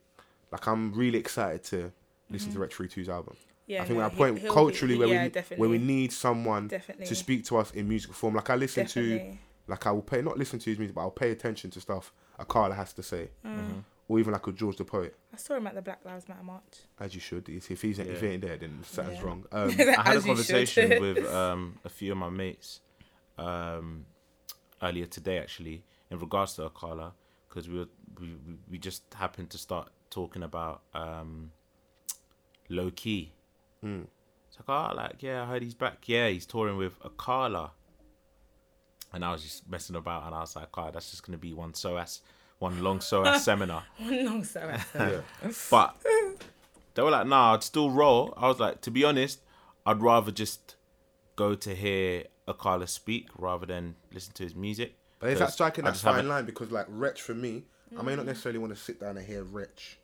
S1: Like I'm really excited to listen to Retro 2's album.
S3: Mm-hmm. Yeah,
S1: I think
S3: no,
S1: we're at a
S3: he-
S1: point
S3: he'll be-
S1: culturally where
S3: yeah,
S1: we
S3: definitely.
S1: where we need someone
S3: Definitely.
S1: to speak to us in musical form. Like I listen to
S3: Definitely.
S1: like I will pay not listen to his music, but I'll pay attention to stuff a Carla has to say,
S3: Mm.
S2: Mm-hmm.
S1: or even like a George the poet,
S3: I saw him at the Black Lives Matter march.
S1: as you should. If if he's if
S2: Yeah.
S1: he ain't there, then something's
S3: Yeah.
S1: wrong. Um,
S2: I had a
S3: As you should.
S2: conversation with um, a few of my mates um, earlier today, actually, in regards to Akala, because we, were- we we- we just happened to start talking about um, low key. It's like, oh, like yeah, I heard he's back. Yeah, he's touring with Akala. And I was just messing about, and I was like, "God, that's just gonna be one SOAS, one long SOAS seminar."
S3: One long story.
S1: yeah.
S2: But they were like, nah, I'd still roll. I was like, to be honest, I'd rather just go to hear Akala speak rather than listen to his music.
S1: But is that
S2: 'Cause
S1: striking
S2: I
S1: that
S2: just
S1: fine
S2: haven't-
S1: line? Because like Wretch for me, I may
S3: Mm.
S1: not necessarily want to sit down and hear Wretch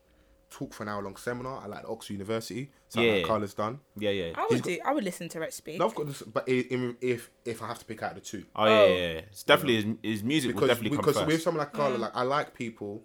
S1: talk for an hour long seminar. I like Oxford University, something yeah.
S2: Yeah.
S1: like Carla's done.
S2: Yeah, yeah.
S3: I would do. I would listen to Rich speak.
S1: No, I've got this, but i- in- if if I have to pick out the two,
S2: Oh, yeah, yeah, yeah. It's definitely his, his music will
S1: because
S2: definitely come
S1: because
S2: first.
S1: with someone like Carla,
S3: Mm.
S1: like I like people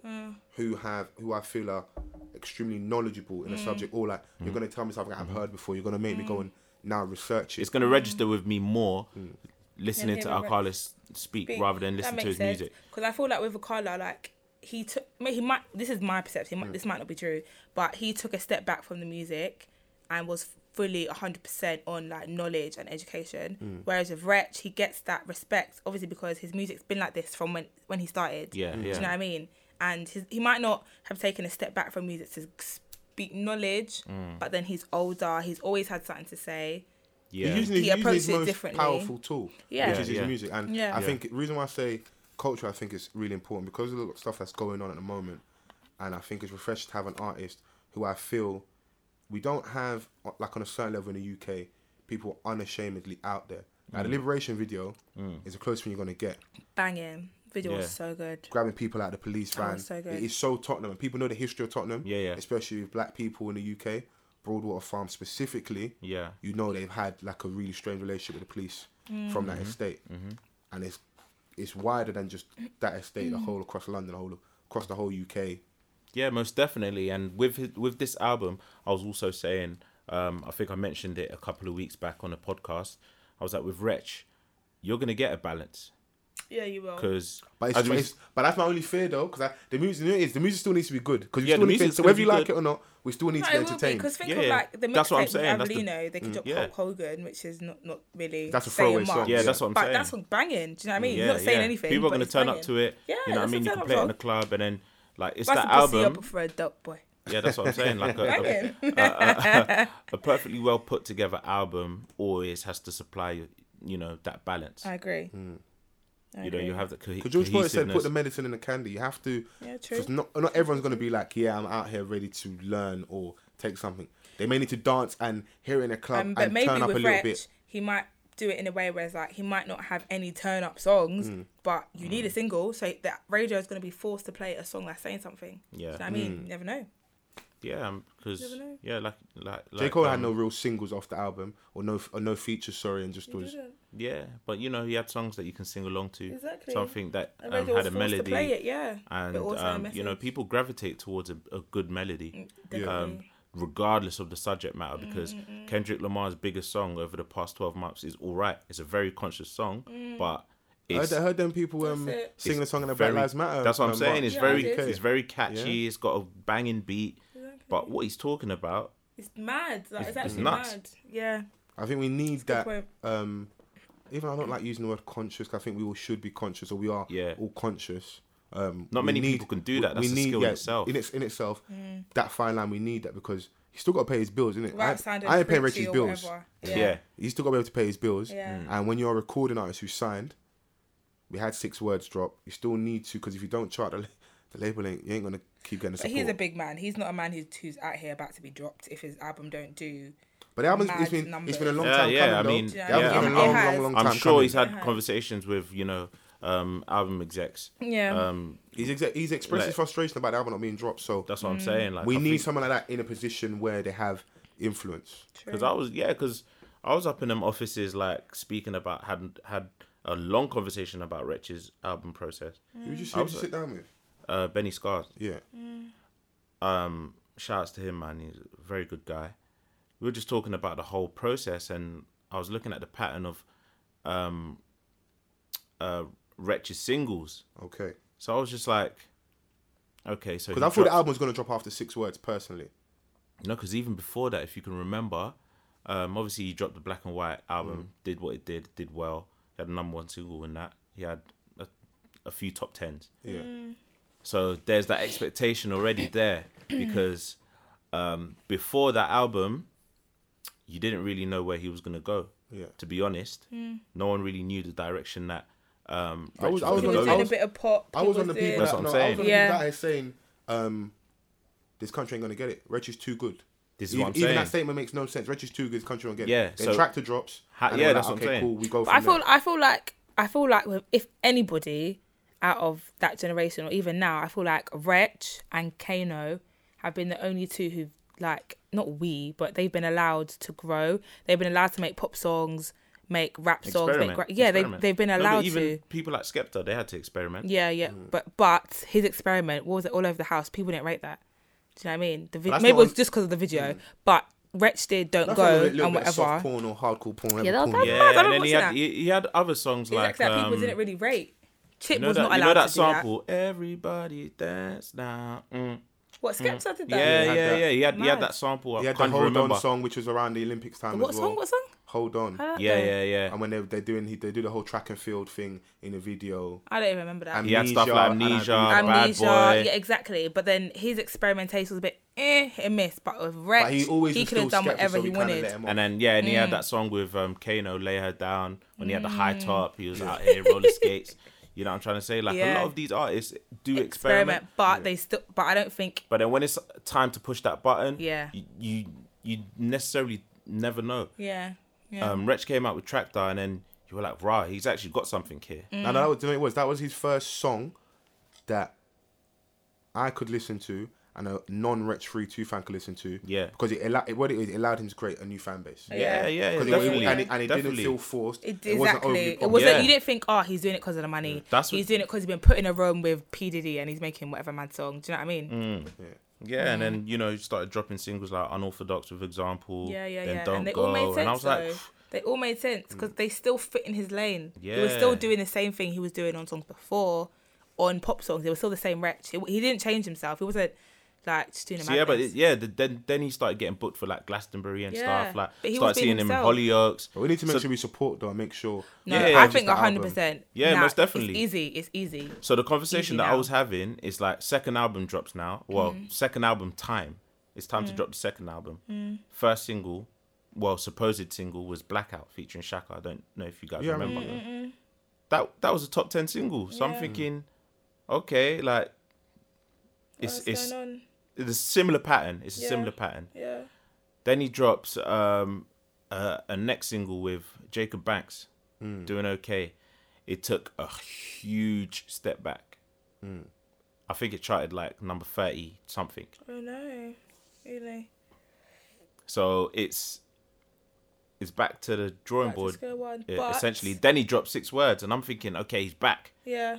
S1: who have who I feel are extremely knowledgeable
S3: Mm.
S1: in a subject, or like
S2: Mm.
S1: you're gonna tell me something
S2: Mm-hmm.
S1: I've heard before. You're gonna make me go and now research it.
S2: It's gonna register with me more
S1: Mm.
S2: listening
S3: Than
S2: to
S3: hearing
S2: Akala s- speak, rather than listening to his music.
S3: Because I feel like with Akala, like he took, may- he might. This is my perception. he
S2: Mm.
S3: might- This might not be true, but he took a step back from the music, and was fully hundred percent on like knowledge and education.
S2: Mm.
S3: Whereas with Wretch, he gets that respect, obviously because his music's been like this from when when he started.
S1: Mm.
S2: Yeah,
S3: Do
S2: yeah.
S3: you know what I mean? And his, he might not have taken a step back from music to speak knowledge,
S2: Mm.
S3: but then he's older. He's always had something to say.
S2: Yeah,
S1: He's using,
S3: He
S1: he's using
S3: approached
S1: his
S3: it
S1: most
S3: differently.
S1: powerful tool,
S3: Yeah.
S1: which is his
S2: Yeah.
S1: music. And
S3: Yeah.
S1: I
S3: Yeah.
S1: think reason why I say culture, I think is really important because of the stuff that's going on at the moment. And I think it's refreshing to have an artist who I feel we don't have uh, like on a certain level in the UK, people unashamedly out there. Now
S2: Mm.
S1: the liberation video is the closest thing you're gonna get.
S3: Banging video
S2: Yeah.
S3: was so good.
S1: Grabbing people out of the police van.
S3: it's Oh, so good.
S1: It is so Tottenham. And people know the history of Tottenham.
S2: Yeah, yeah.
S1: Especially with black people in the UK. Broadwater Farm specifically
S2: yeah.
S1: you know they've had like a really strange relationship with the police from
S2: Mm-hmm.
S1: that estate, and it's it's wider than just that estate.
S3: Mm.
S1: The whole across London, the whole across the whole UK.
S2: Yeah, most definitely. And with his, with this album, I was also saying, um, I think I mentioned it a couple of weeks back on a podcast. I was like, with Wretch, you're gonna get a balance.
S3: Yeah, you will.
S2: because
S1: But it's, but, it's, but that's my only fear though, because the music you know, is the music still needs to be good. Because
S2: Yeah,
S1: still
S2: the
S1: need to,
S2: music's
S1: so
S2: gonna
S1: whether
S2: be
S1: you like
S2: good.
S1: it or not, we still need
S3: No,
S1: to
S3: it
S1: be
S3: will be
S1: entertained.
S3: because think
S2: Yeah,
S3: of
S2: yeah.
S3: like the
S2: That's what I'm
S3: mixtape with
S2: saying, that's the- Mm,
S3: Avelino, they could drop
S2: yeah.
S3: Hulk Hogan, which is not not really
S1: That's a
S3: saying
S1: throwaway song,
S3: much.
S2: Yeah, that's what I'm
S3: but
S2: saying.
S3: that's what banging. Do you know what I mean? You're not saying anything.
S2: People are
S3: but
S2: gonna
S3: it's
S2: turn up
S3: banging.
S2: to it.
S3: Yeah,
S2: you know what I
S3: that's
S2: mean. You can
S3: what
S2: play it in
S3: I'm
S2: the club, and then like it's
S3: Bust
S2: that
S3: a pussy
S2: album.
S3: up for a dope boy.
S2: Yeah, that's what I'm saying. Like a,
S3: Banging.
S2: a, a, a perfectly well put together album always has to supply you know that balance.
S3: I
S1: Mm.
S3: agree. Um, I
S2: you know,
S3: agree.
S2: you have that co-
S1: Because George Floyd said, "Put the
S2: cohesiveness.
S1: medicine in the candy." You have to.
S3: Yeah, true.
S1: Because not not everyone's gonna be like, "Yeah, I'm out here ready to learn or take something." They may need to dance and hear it in a club
S3: Um, but
S1: and
S3: maybe
S1: turn up a
S3: with
S1: little
S3: Reg,
S1: bit.
S3: he might do it in a way where it's like he might not have any turn up songs,
S1: Mm.
S3: but you need a single, so that radio is going to be forced to play a song that's saying something. Do
S2: Yeah.
S3: you know what I
S1: Mm.
S3: mean? You never know.
S2: Yeah, because
S3: Never know.
S2: yeah, like like, like
S1: J Cole had
S2: um,
S1: no real singles off the album or no or no features. Sorry, and just was.
S2: um, Yeah, but you know he had songs that you can sing along to.
S3: Exactly.
S2: Something that
S3: And
S2: um,
S3: radio
S2: had
S3: was
S2: a
S3: forced to
S2: melody.
S3: play it, yeah.
S2: and
S3: But also a
S2: um, you know
S3: message. Mm,
S2: people gravitate towards a, a good melody um,
S3: definitely.
S2: regardless of the subject matter
S3: Mm,
S2: because kendrick lamar's biggest song over the past 12 months is all right it's a very conscious song
S3: Mm.
S2: but
S1: I heard,
S2: it's
S1: I heard them people um,
S3: That's it.
S1: singing a
S2: it's
S1: song in the
S2: very-
S1: Black Lives Matter.
S2: That's what I'm
S1: um,
S2: saying. It's
S1: march.
S3: Yeah,
S2: very,
S3: I did.
S2: it's very catchy.
S1: Yeah.
S2: It's got a banging beat. But what he's talking about,
S3: It's mad. Like, it's,
S2: it's
S3: actually
S2: nuts.
S3: mad. Yeah.
S1: I think we need
S3: good
S1: that.
S3: point.
S1: Um, even though I don't like using the word conscious. 'cause I think we all should be conscious, or we are
S2: Yeah.
S1: all conscious. Um,
S2: Not
S1: we
S2: many people can do that. That's a skill in itself.
S1: In, its, in itself, that fine line we need that because he's still got to pay his bills, isn't it?
S3: Mm. Right
S1: I,
S3: side of
S1: I ain't paying
S3: 40
S1: Richie's
S3: or
S1: bills.
S3: whatever.
S2: yeah,
S1: He's still got to be able to pay his bills.
S3: Yeah. Mm.
S1: And when you're a recording artist who signed, we had six words drop. You still need to because if you don't chart the, la- the label, ain't, you ain't gonna keep getting the
S3: But
S1: support.
S3: he's a big man. He's not a man who's, who's out here about to be dropped if his album don't do.
S1: But the album's
S3: mad
S1: it's been it's been a long
S2: Yeah,
S1: time
S2: yeah, I
S1: coming.
S2: mean,
S1: though.
S2: Yeah,
S1: the album's
S2: yeah,
S1: been a
S2: I'm-
S1: long,
S3: it
S1: long,
S3: has.
S1: long time
S2: I'm sure
S1: coming.
S2: he's had
S3: Uh-huh.
S2: conversations with you know um, album execs.
S3: Yeah.
S2: Um,
S1: He's ex- he's expressed his
S2: Like-
S1: frustration about the album not being dropped. So
S2: that's what I'm saying. Like
S1: we
S2: I
S1: need
S2: think-
S1: someone like that in a position where they have influence.
S2: Because I was, yeah, because I was up in them offices, like speaking about had had a long conversation about Wretch's album process.
S1: Who would you, sit-
S2: I
S1: who
S2: was
S1: would you sit down with?
S2: Uh, Benny Scars,
S1: Yeah,
S3: Mm.
S2: um, shouts to him, man. He's a very good guy. We were just talking about the whole process, and I was looking at the pattern of um, uh, Wretch's singles.
S1: okay.
S2: So I was just like, okay, so
S1: Because I
S2: he
S1: thought the
S2: dropped-
S1: album was gonna drop after six words. Personally,
S2: No, because even before that, if you can remember, um, obviously he dropped the black and white album,
S3: Mm.
S2: did what it did, did well. He had a number one single in that. He had a, a few top tens.
S1: yeah.
S3: Mm.
S2: So there's that expectation already there because um, before that album, you didn't really know where he was gonna go.
S1: Yeah.
S2: To be honest, no one really knew the direction that. Um,
S1: I was-
S2: Ratchet
S1: I was
S3: he
S1: on
S3: Mm. was
S1: the-
S2: gonna
S3: doing
S1: I
S2: go.
S1: was-
S3: a bit of pop.
S1: I
S3: he
S1: was on the
S3: doing-
S1: people
S2: That's
S1: that,
S2: what I'm
S1: no, I
S2: saying.
S1: was on the
S3: Yeah.
S1: people that are saying, um, this country ain't gonna get it. Reg is too good.
S2: This is
S1: even,
S2: what I'm
S1: even
S2: saying.
S1: that statement makes no sense. Reg is too good. This country won't get
S2: Yeah,
S1: it. Then
S2: so-
S1: tractor drops.
S2: Ha-
S1: and
S2: yeah,
S1: we're
S2: that's what I'm
S1: okay,
S2: saying.
S1: Cool, we go.
S3: But I
S1: from there."
S3: feel I feel like I feel like with- if anybody out of that generation or even now, I feel like Wretch and Kano have been the only two who've like not we, but they've been allowed to grow. They've been allowed to make pop songs, make rap songs, make gra- yeah, they
S2: experiment.
S3: they've been
S2: No, but
S3: allowed
S2: even
S3: to.
S2: People like Skepta, they had to experiment.
S3: Yeah, yeah.
S1: Mm.
S3: But but his experiment what was it all over the house. People didn't rate that. Do you know what I mean? The vi-
S1: That's
S3: maybe it
S1: not
S3: was
S1: on-
S3: just because of the video, but Wretch did don't
S1: That's
S3: go
S1: like a little bit
S3: and
S1: of soft
S3: whatever.
S1: porn or hardcore porn. whatever
S3: Yeah, that was
S1: porn
S3: bad.
S1: you
S2: Yeah,
S1: like.
S3: I
S2: and
S3: don't know
S2: then he
S3: what's
S2: had,
S3: that.
S2: he, he had other songs like
S3: Exactly, that people
S2: um,
S3: didn't really rate. Chip
S2: you know
S3: was
S2: that,
S3: not allowed
S2: you know that
S3: to do that.
S2: sample. Everybody dance now. Mm.
S3: What Skepta did that?
S2: Yeah, yeah,
S1: had
S2: yeah,
S1: that.
S2: He had he had
S3: Mad.
S2: that sample. I
S1: He had the
S2: can't
S1: Hold
S2: remember.
S1: On song, which was around the Olympics time
S3: What
S1: as
S3: song?
S1: well.
S3: What song?
S1: Hold On.
S2: Yeah, yeah, yeah.
S1: And when they they're doing, he- they do the whole track and field thing in a video.
S3: I don't even remember that.
S2: He had stuff like
S1: and
S2: Amnesia,
S1: I-
S2: Bad
S3: Amnesia,
S2: Boy.
S3: yeah, exactly. But then his experimentation was a bit eh, hit and miss. But with Rex,
S1: But he always
S3: he
S1: was
S3: could have
S1: still
S3: done
S1: Skepta,
S3: whatever
S1: so
S3: he
S1: we kinda
S3: wanted.
S1: let him off.
S2: And then yeah, and he
S3: Mm.
S2: had that song with um, Kano, "Lay Her Down." When he had the high top, he was out here roller skates. You know what I'm trying to say? Like a
S3: Yeah.
S2: lot of these artists do
S3: experiment,
S2: experiment,
S3: but they still. But I don't think.
S2: but then when it's time to push that button,
S3: Yeah.
S2: you you, you necessarily never know.
S3: Yeah. Yeah.
S2: Um, Wretch came out with Tractor, and then you were like, "Rah, he's actually got something here."
S3: Mm.
S1: No, no, that was, do you know what it was that was his first song that I could listen to and a non Retch Free Two fan could listen to.
S2: Yeah.
S1: because it allowed it, what it, is, it allowed him to create a new fan base.
S2: Yeah, yeah, yeah,
S1: 'Cause it-
S2: definitely.
S1: and, it, and it didn't
S2: definitely.
S1: feel forced.
S3: It,
S1: wasn't overly
S3: exactly. It
S1: popular.
S3: wasn't.
S2: Yeah.
S3: You didn't think, oh, he's doing it because of the money.
S2: That's what-
S3: he's doing it because he's been put in a room with P Diddy and he's making whatever mad song. Do you know what I mean?
S2: Mm. Yeah, and then you know, you started dropping singles like Unorthodox, for example.
S3: Yeah, yeah,
S2: then
S3: Mm. yeah,
S2: Don't
S3: and they
S2: Go,
S3: all made
S2: and I was
S3: sense,
S2: like,
S3: though.
S2: "Phew,
S3: They all made sense because they still fit in his lane. He was still
S2: Yeah.
S3: doing the same thing he was doing on songs before, on pop songs. It was still the same wretch. He, he didn't change himself. He wasn't like just doing a
S2: So yeah, but
S3: madness.
S2: it, yeah, the, then then he started getting booked for like Glastonbury and
S3: Yeah,
S2: stuff. Like,
S3: but he was
S2: started
S3: being
S2: seeing him in
S3: himself.
S2: Hollyoaks.
S1: But we need to make
S2: So-
S1: sure we support though. and Make sure.
S3: No,
S2: Yeah,
S3: I
S2: it's
S1: just
S3: think
S1: the album.
S3: hundred percent.
S2: Yeah, most definitely.
S3: It's easy. It's easy.
S2: So the conversation
S3: Easy
S2: that I
S3: now. Mm.
S2: was having is like second album drops now. Well, second album time. It's time to drop the second album.
S3: Mm.
S2: First single, well, supposed single was Blackout featuring Shaka. I don't know if you guys
S1: Yeah, I
S2: remember. That that was a top ten single. So I'm
S3: Mm, Yeah.
S2: thinking, okay, like it's it's
S3: on?
S2: it's a similar pattern. It's a
S3: Yeah.
S2: similar pattern.
S3: Yeah.
S2: Then he drops um, a, a next single with Jacob Banks, doing okay. It took a huge step back. I think it charted like number thirty something.
S3: Oh no. Really.
S2: So it's it's back to the drawing board.
S3: one.
S2: Yeah, essentially, then he dropped six words, and I'm thinking, okay, he's back.
S3: Yeah.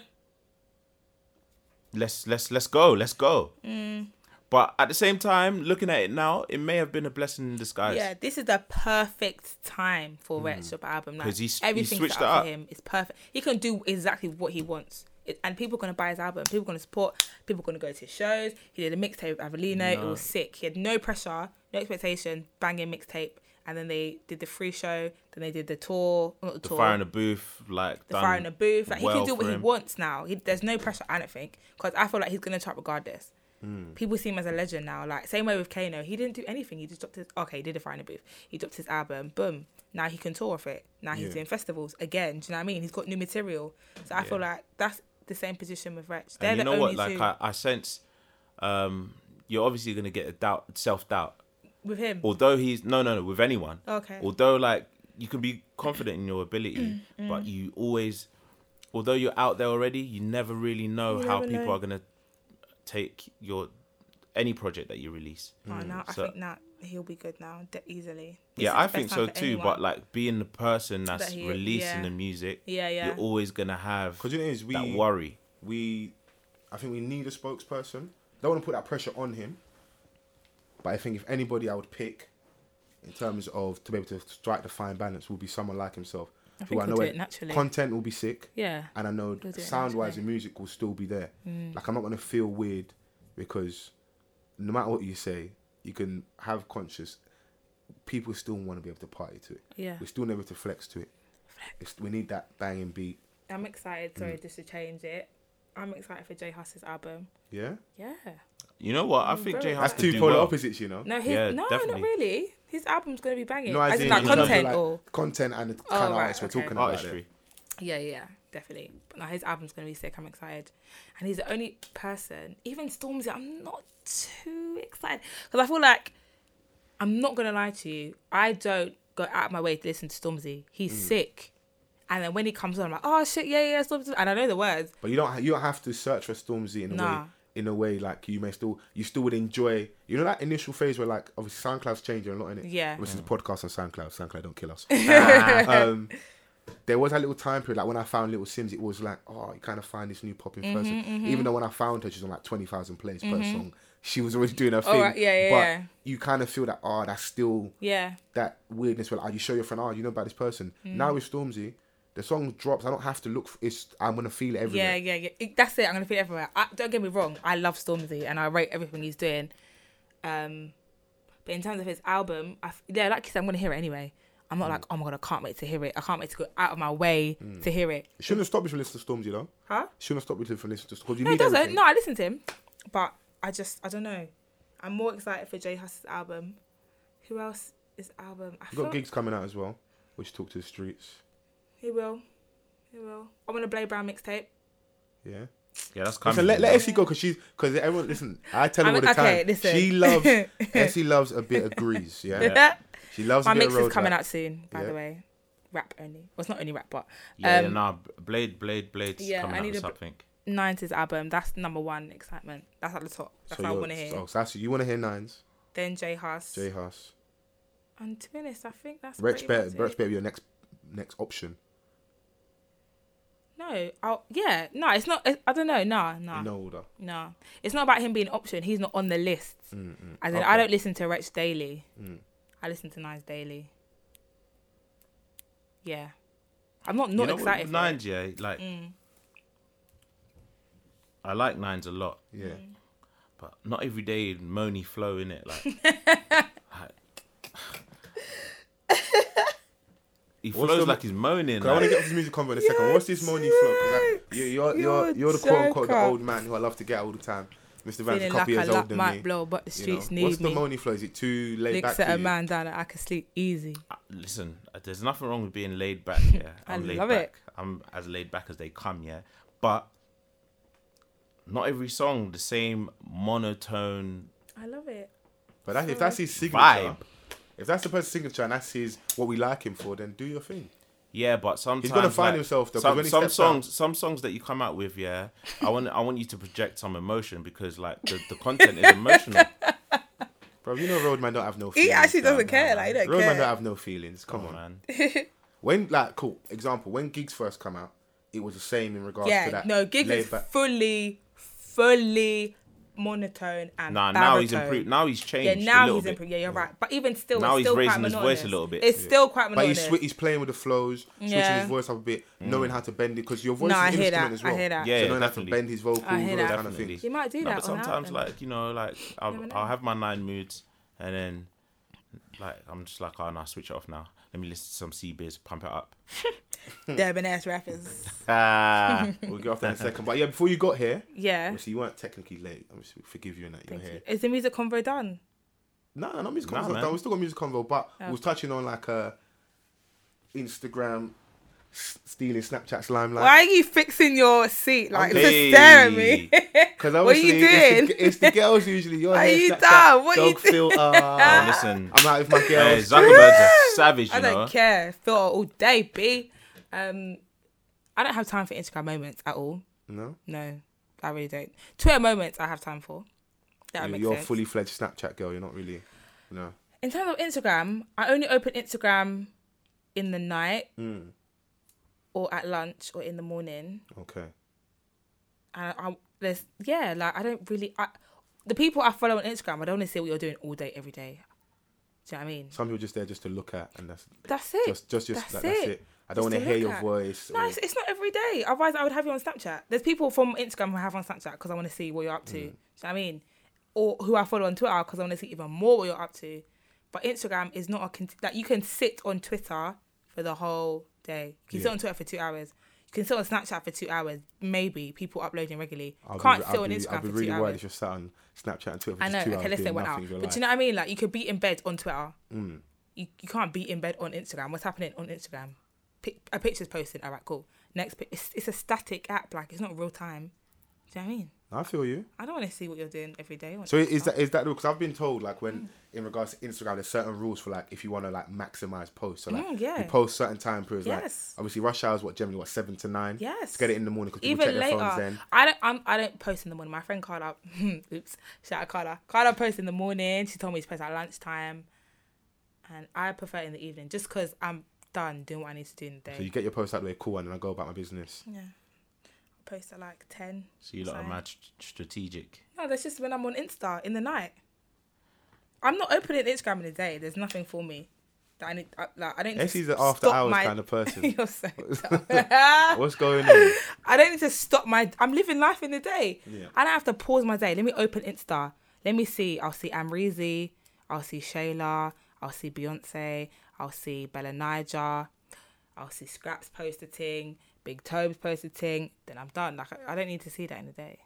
S2: Let's let's let's go, let's go.
S3: Hmm.
S2: But at the same time, looking at it now, it may have been a blessing in disguise.
S3: Yeah, this is the perfect time for Red Shop album. Like,
S2: Mm. 'Cause he's- he
S3: everything
S2: switched
S3: set
S2: it
S3: up
S2: up.
S3: for him is perfect. He can do exactly what he wants, it, and people are gonna buy his album. People are gonna support. People are gonna go to his shows. He did a mixtape with Avelino. It was sick. He had no pressure, no expectation. Banging mixtape, and then they did the free show. Then they did the tour. Not the,
S2: the
S3: tour.
S2: fire in the booth, like
S3: the fire in the booth. Like he
S2: well
S3: can do what
S2: for
S3: he
S2: him.
S3: wants now. He, there's no pressure. I don't think because I feel like he's gonna chart regardless.
S2: Hmm.
S3: People see him as a legend now. Like same way with Kano, he didn't do anything. He just dropped his okay. He did a fire in the booth. He dropped his album. Boom. Now he can tour with it. Now he's
S1: Yeah.
S3: doing festivals again. Do you know what I mean? He's got new material. So I feel
S2: Yeah.
S3: like that's the same position with Wretch. They're
S2: and you
S3: the
S2: know what?
S3: only
S2: Like
S3: two
S2: I, I sense, um, you're obviously gonna get a doubt, self doubt.
S3: with him.
S2: Although he's no, no, no, with anyone.
S3: Okay. Mm,
S2: Although like you can be confident in your ability, but you always, although you're out there already, you never really know
S3: You
S2: how
S3: never
S2: people
S3: know.
S2: are gonna take your any project that you release.
S3: Oh, now
S2: Hmm,
S3: I
S2: So-
S3: think that he'll be good now de- easily. This is
S2: yeah, I
S3: the best
S2: think
S3: time
S2: so
S3: for
S2: too.
S3: anyone.
S2: But like being the person that's
S3: he-
S2: releasing
S3: yeah.
S2: the music,
S3: Yeah, yeah.
S2: you're always gonna have
S1: 'Cause you know, is
S2: that
S1: we-
S2: worry.
S1: we I think we need a spokesperson. Don't want to put that pressure on him. But I think if anybody I would pick in terms of to be able to strike the fine balance will be someone like himself.
S3: I think he'll
S1: know
S3: do
S1: it-
S3: it naturally.
S1: content will be sick
S3: yeah.
S1: and I know
S3: do it
S1: sound wise
S3: naturally. Mm.
S1: and music will still be there. Like I'm not gonna feel weird because no matter what you say, you can have conscious people still want to be able to party to it.
S3: Yeah.
S1: We're still able to flex to it. It's, we need that banging beat.
S3: I'm excited. Sorry,
S2: Mm.
S3: just to change it. I'm excited for Jay Huss's album.
S1: Yeah?
S3: Yeah.
S2: You know what? I
S3: Mm,
S2: think
S3: very
S2: Jay
S3: well.
S2: has
S1: That's
S2: to
S1: two
S2: do
S1: polar
S2: well.
S1: opposites, you know.
S3: No, his,
S2: Yeah,
S3: no,
S2: definitely.
S3: not really. His album's gonna be banging.
S1: No,
S3: as,
S1: as
S3: in
S1: in,
S3: like
S1: in terms of,
S3: content
S1: like,
S3: or
S1: content and the kind
S3: Oh,
S1: of
S3: right,
S1: artists we're
S3: okay.
S1: talking about.
S2: Artistry.
S1: there.
S3: yeah, yeah, definitely. But no, his album's gonna be sick. I'm excited, and he's the only person, even Stormzy. I'm not too excited because I feel like I'm not gonna lie to you. I don't go out of my way to listen to Stormzy. He's
S2: Mm.
S3: sick, and then when he comes on, I'm like, oh shit, yeah, yeah, Stormzy, and I know the words.
S1: But you don't ha- you don't have to search for Stormzy in a
S3: Nah.
S1: way in a way like you may still you still would enjoy you know that initial phase where like obviously SoundCloud's changing a lot in it.
S3: Yeah.
S1: Which is the podcast on SoundCloud. SoundCloud don't kill us. um, there was that little time period like when I found Little Sims, it was like oh you kind of find this new popping person.
S3: Mm-hmm,
S1: Even though when I found her, she's on like twenty thousand plays per song. She was already doing her thing.
S3: Oh, right, yeah, yeah,
S1: but
S3: yeah.
S1: you kind of feel that oh that's still
S3: Yeah,
S1: that weirdness where like, you show your friend, oh, you know about this person.
S3: Mm.
S1: Now with Stormzy, the song drops. I don't have to look. For, it's I'm gonna feel it everywhere.
S3: Yeah, yeah, yeah. It- That's it. I'm gonna feel it everywhere. I, don't get me wrong. I love Stormzy and I rate everything he's doing. Um, but in terms of his album, I, f- yeah, like you said, I'm gonna hear it anyway. I'm
S1: Mm.
S3: not like, oh my god, I can't wait to hear it. I can't wait to go out of my way to hear it.
S1: It shouldn't have stopped you from listening to Stormzy though.
S3: Huh?
S1: It shouldn't have stopped Mm. you from listening to Stormzy. You
S3: No,
S1: need
S3: it doesn't.
S1: everything.
S3: No, I listen to him, but I just, I don't know. I'm more excited for Jay Huss's album. Who else is album? I
S1: You got
S3: feel
S1: gigs coming out as well, which talk to the streets.
S3: he will. He will. I'm gonna Blade Brown mixtape.
S1: Yeah.
S2: Yeah, that's coming.
S1: Listen, let, let Essie go because she's because everyone listen. I tell her
S3: I'm-
S1: all the
S3: okay,
S1: time.
S3: listen.
S1: She loves Essie loves a bit of grease. Yeah. She loves
S3: My
S1: a bit
S3: mix
S1: of
S3: is
S1: road
S3: coming
S1: rap.
S3: out soon, by
S1: Yeah.
S3: the way. Rap only. Well, it's not only rap, but
S2: Yeah,
S3: um,
S2: yeah, nah, Blade, Blade, Blade's
S3: yeah,
S2: coming
S3: I
S2: out
S3: need
S2: with
S3: a bl-
S2: something.
S3: 90s album. That's number one excitement. That's at the top. That's what I
S1: you're-
S3: want to hear.
S1: Oh, so that's you want to hear Nines,
S3: Then J Huss.
S1: J Huss,
S3: And to be honest, I think that's
S1: Rich
S3: pretty
S1: Better,
S3: much it.
S1: Rich Better, be your next next option.
S3: No, I'll, yeah, no, it's not. I don't know. Nah, nah,
S1: In
S3: no.
S1: no order.
S3: nah. It's not about him being an option. He's not on the list. As in, I
S1: Mm, okay. Mm.
S3: don't listen to Wretch daily. I listen to Nines daily. Yeah. I'm not
S2: You
S3: not
S2: know what,
S3: excited. for it. Mm.
S2: Nines, yeah, like I like nines a lot,
S1: Yeah.
S3: Mm.
S2: but not every day moany flow in it. Like, like- he
S1: What's
S2: flows
S1: the-
S2: like he's moaning.
S1: I want to
S2: like-
S1: get off this music convo in a second. What's this Moni flow? 'Cause I- you, you're, you're,
S3: You're
S1: you're, the quote unquote the
S3: joker.
S1: old man who I love to get all the time. Mr. Van's a
S3: Feeling
S1: couple
S3: like I
S1: years older
S3: lap
S1: than
S3: might
S1: me.
S3: blow, but the
S1: you know.
S3: streets
S1: What's
S3: need
S1: the
S3: me.
S1: Moni flow? Is it too laid
S3: Nick
S1: back?
S3: set
S1: for
S3: a
S1: you?
S3: man down that I can sleep easy.
S2: Listen, there's nothing wrong with being laid back. Yeah,
S3: I
S2: I'm laid
S3: love
S2: back.
S3: it.
S2: I'm as laid back as they come. Yeah, but not every song the same monotone
S3: I love it.
S1: But that, if that's his signature,
S2: vibe.
S1: if that's the person's signature and that's his what we like him for, then do your thing.
S2: Yeah, but sometimes
S1: find
S2: like,
S1: himself, though, 'cause
S2: Some,
S1: when he
S2: some
S1: steps
S2: songs, some songs that you come out with, yeah, I want I want you to project some emotion because like the, the content is emotional.
S1: Bro, you know Roadman don't have no feelings.
S3: He actually
S1: man.
S3: doesn't care. Like he don't
S1: Roadman don't
S3: care.
S1: have no feelings. Come on.
S2: man.
S1: When like cool example, when gigs first come out, it was the same in regards to
S3: Yeah.
S1: that.
S3: No, Gig is
S1: laid back-
S3: fully, fully monotone and
S2: Nah,
S3: baritone.
S2: now he's improved. Now he's
S3: Yeah,
S2: changed. a
S3: now
S2: little
S3: he's
S2: bit.
S3: improved. Yeah, you're right. But even still,
S2: Now
S3: it's
S2: he's
S3: still
S2: raising
S3: quite
S2: his voice
S3: monotonous.
S2: a little bit.
S3: It's still quite
S1: But
S3: monotonous.
S1: he's, swi- he's playing with the flows, switching
S3: Yeah.
S1: his voice up a bit, knowing how to bend it because your voice
S3: No,
S1: is
S3: I
S1: an
S3: hear
S1: instrument
S3: that.
S1: as well.
S3: I hear that.
S2: Mm. Yeah,
S1: so knowing
S2: definitely.
S1: how to bend his vocals, all
S3: I hear
S1: those
S3: that.
S1: kind of things.
S3: He might do
S2: No,
S3: that
S2: but
S3: on that
S2: sometimes,
S3: album.
S2: like you know, like I'll,
S3: never know.
S2: I'll have my nine moods, and then like I'm just like, oh, no, switch it off now. Let me listen to some sea beers, pump it up. hmm.
S3: Durban ass rappers.
S2: Ah,
S1: We'll get off that in a second. But yeah, before you got here,
S3: Yeah.
S1: obviously you weren't technically late. I'm just forgive you in that you're
S3: Thank you.
S1: here.
S3: Is the music convo done?
S1: No, no, not music
S2: Nah,
S1: convo.
S2: man.
S1: we still got music convo, but we was touching on like uh, Instagram s- stealing Snapchat's
S2: Uh,
S1: limelight.
S3: Why are you fixing your seat? Like, just
S2: Hey.
S3: stare at me.
S1: Because
S3: What are
S1: obviously,
S3: you
S1: it's,
S3: doing?
S1: the, it's the girls usually. You're
S3: Are
S1: here,
S3: you
S1: Snapchat,
S3: dumb? What are you
S1: dog filter.
S2: Oh,
S1: I'm
S2: listen,
S1: out with my
S2: hey,
S1: girls.
S2: Zuckerberg's a savage,
S3: I
S2: you know.
S3: don't care. Filter all day, B. Um, I don't have time for Instagram moments at all.
S1: no,
S3: No, I really don't. Twitter moments I have time for. That would
S1: You-
S3: make
S1: you're a
S3: sense.
S1: fully fledged Snapchat girl. You're not really. No.
S3: In terms of Instagram, I only open Instagram in the night or at lunch or in the morning.
S1: Okay.
S3: And I, there's yeah, like I don't really. I, the people I follow on Instagram, I don't want to see what you're doing all day, every day. Do you know what I mean?
S1: Some people just there just to look at, and that's
S3: That's it.
S1: just just just
S3: That's
S1: like, that's
S3: it.
S1: it. I don't want
S3: Just
S1: to
S3: to
S1: hear
S3: look
S1: your
S3: at.
S1: voice.
S3: No,
S1: or-
S3: it's, it's not every day. Otherwise, I would have you on Snapchat. There's people from Instagram who I have on Snapchat because I want to see what you're up to. Do you know what I mean? Or who I follow on Twitter because I want to see even more what you're up to. But Instagram is not a con- like you can sit on Twitter for the whole day. You can sit
S1: Yeah.
S3: on Twitter for two hours. You can sit on Snapchat for two hours. Maybe people uploading regularly.
S1: I'll be-
S3: Can't
S1: I'll
S3: sit on
S1: be-
S3: Instagram
S1: I'll be
S3: for
S1: really
S3: two
S1: worried
S3: hours.
S1: if you're sat on Snapchat and Twitter for
S3: I know.
S1: just two
S3: Okay,
S1: hours
S3: let's say
S1: doing
S3: one hour.
S1: nothing. Mm.
S3: But do you know what I mean? Like you could be in bed on Twitter. You, you can't be in bed on Instagram. What's happening on Instagram? Pic- a picture's posted. All right, cool. Next, pic- it's, it's a static app. Like it's not real time. Do you know Mm. what I mean?
S1: I feel you.
S3: I don't want to see what you're doing every day. on
S1: So
S3: Instagram.
S1: is that is that because I've been told like when in regards to Instagram, there's certain rules for like if you want to like maximize posts. So like
S3: Mm, yeah.
S1: you post certain time periods.
S3: Yes.
S1: Like obviously rush hours, what generally what seven to nine.
S3: Yes.
S1: Let's get it in the morning because people
S3: even
S1: check their phones
S3: later.
S1: then.
S3: I don't. I'm, I don't post in the morning. My friend Carla. oops. Shout out Carla. Carla posts in the morning. She told me to post at lunchtime, and I prefer in the evening just because I'm done doing what I need to do in the day.
S1: So you get your post out the way, cool, and then I go about my business.
S3: yeah. I post at like ten.
S2: So you lot are
S3: Sorry.
S2: mad st- strategic.
S3: No, that's just when I'm on Insta in the night. I'm not opening Instagram in the day. There's nothing for me. That I need. I, like I don't. need to
S1: Essie's an after
S3: stop
S1: hours
S3: my-
S1: kind of person.
S3: You're so dumb.
S1: What's going on?
S3: I don't need to stop my. I'm living life in the day.
S1: Yeah.
S3: I don't have to pause my day. Let me open Insta. Let me see. I'll see Amrizi. I'll see Shayla. I'll see Beyonce. I'll see Bella Niger. I'll see Scraps post a ting. Big Tobes post a ting. Then I'm done. Like I, I don't need to see that in the day.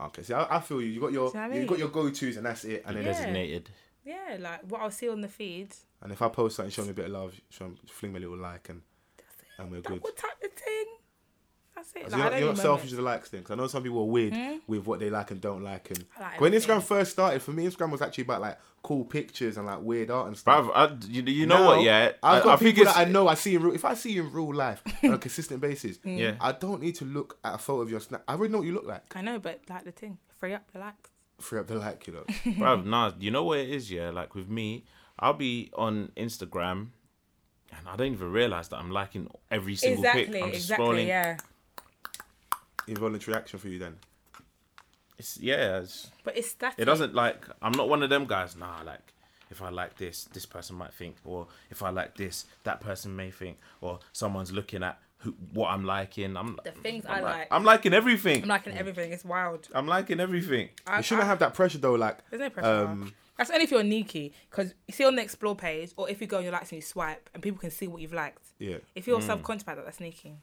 S1: Okay, see, I, I feel you. You got your
S3: Do you know what I
S1: you got
S3: mean?
S1: your go tos, and that's it. And then there's,
S3: Yeah.
S2: Designated.
S3: Yeah, like what I'll see on the feed.
S1: and if I post something, show me a bit of love, show me, fling me a little like, and and we're good.
S3: That will type the thing. That's it.
S1: So
S3: Like,
S1: you're,
S3: I
S1: not- you're
S3: don't
S1: not
S3: remember
S1: selfish
S3: it. Hmm?
S1: with the likes thing. 'cause I know some people are weird with what they like and don't like. And
S3: I like
S1: when
S3: everything.
S1: Instagram first started, for me, Instagram was actually about like cool pictures and like weird art and stuff.
S2: Bruv, I, you, you know
S1: Now,
S2: what? Yeah,
S1: I've got
S2: I, I think
S1: people
S2: it's
S1: that I know. I see in real, if I see you in real life on a consistent basis,
S3: Hmm.
S2: Yeah.
S1: I don't need to look at a photo of your snap. I already know what you look like.
S3: I know, but like the thing. Free up, relax.
S1: Free up the like, you know.
S2: Bruv, nah, you know what it is, yeah? Like with me, I'll be on Instagram and I don't even realize that I'm liking every single
S3: Exactly,
S2: pic. I'm just
S3: exactly,
S2: scrolling.
S3: yeah.
S1: Involuntary action for you then.
S2: It's, yeah, it's,
S3: But it's static.
S2: it doesn't like, I'm not one of them guys. Nah, like if I like this, this person might think, or if I like this, that person may think, or someone's looking at who, what I'm liking. I'm
S3: The things
S2: I'm
S3: I
S2: like,
S3: like.
S2: I'm Mm. liking everything.
S3: I'm liking everything. It's wild.
S2: I'm liking everything.
S3: I,
S1: You shouldn't
S3: I-
S1: have that pressure though. Like,
S3: There's no pressure.
S1: Um,
S3: That's only if you're Nikki, because you see on the explore page, or if you go on your likes and you swipe, and people can see what you've liked.
S1: yeah,
S3: If
S2: Mm.
S3: you're subconscious about that, that's sneaky.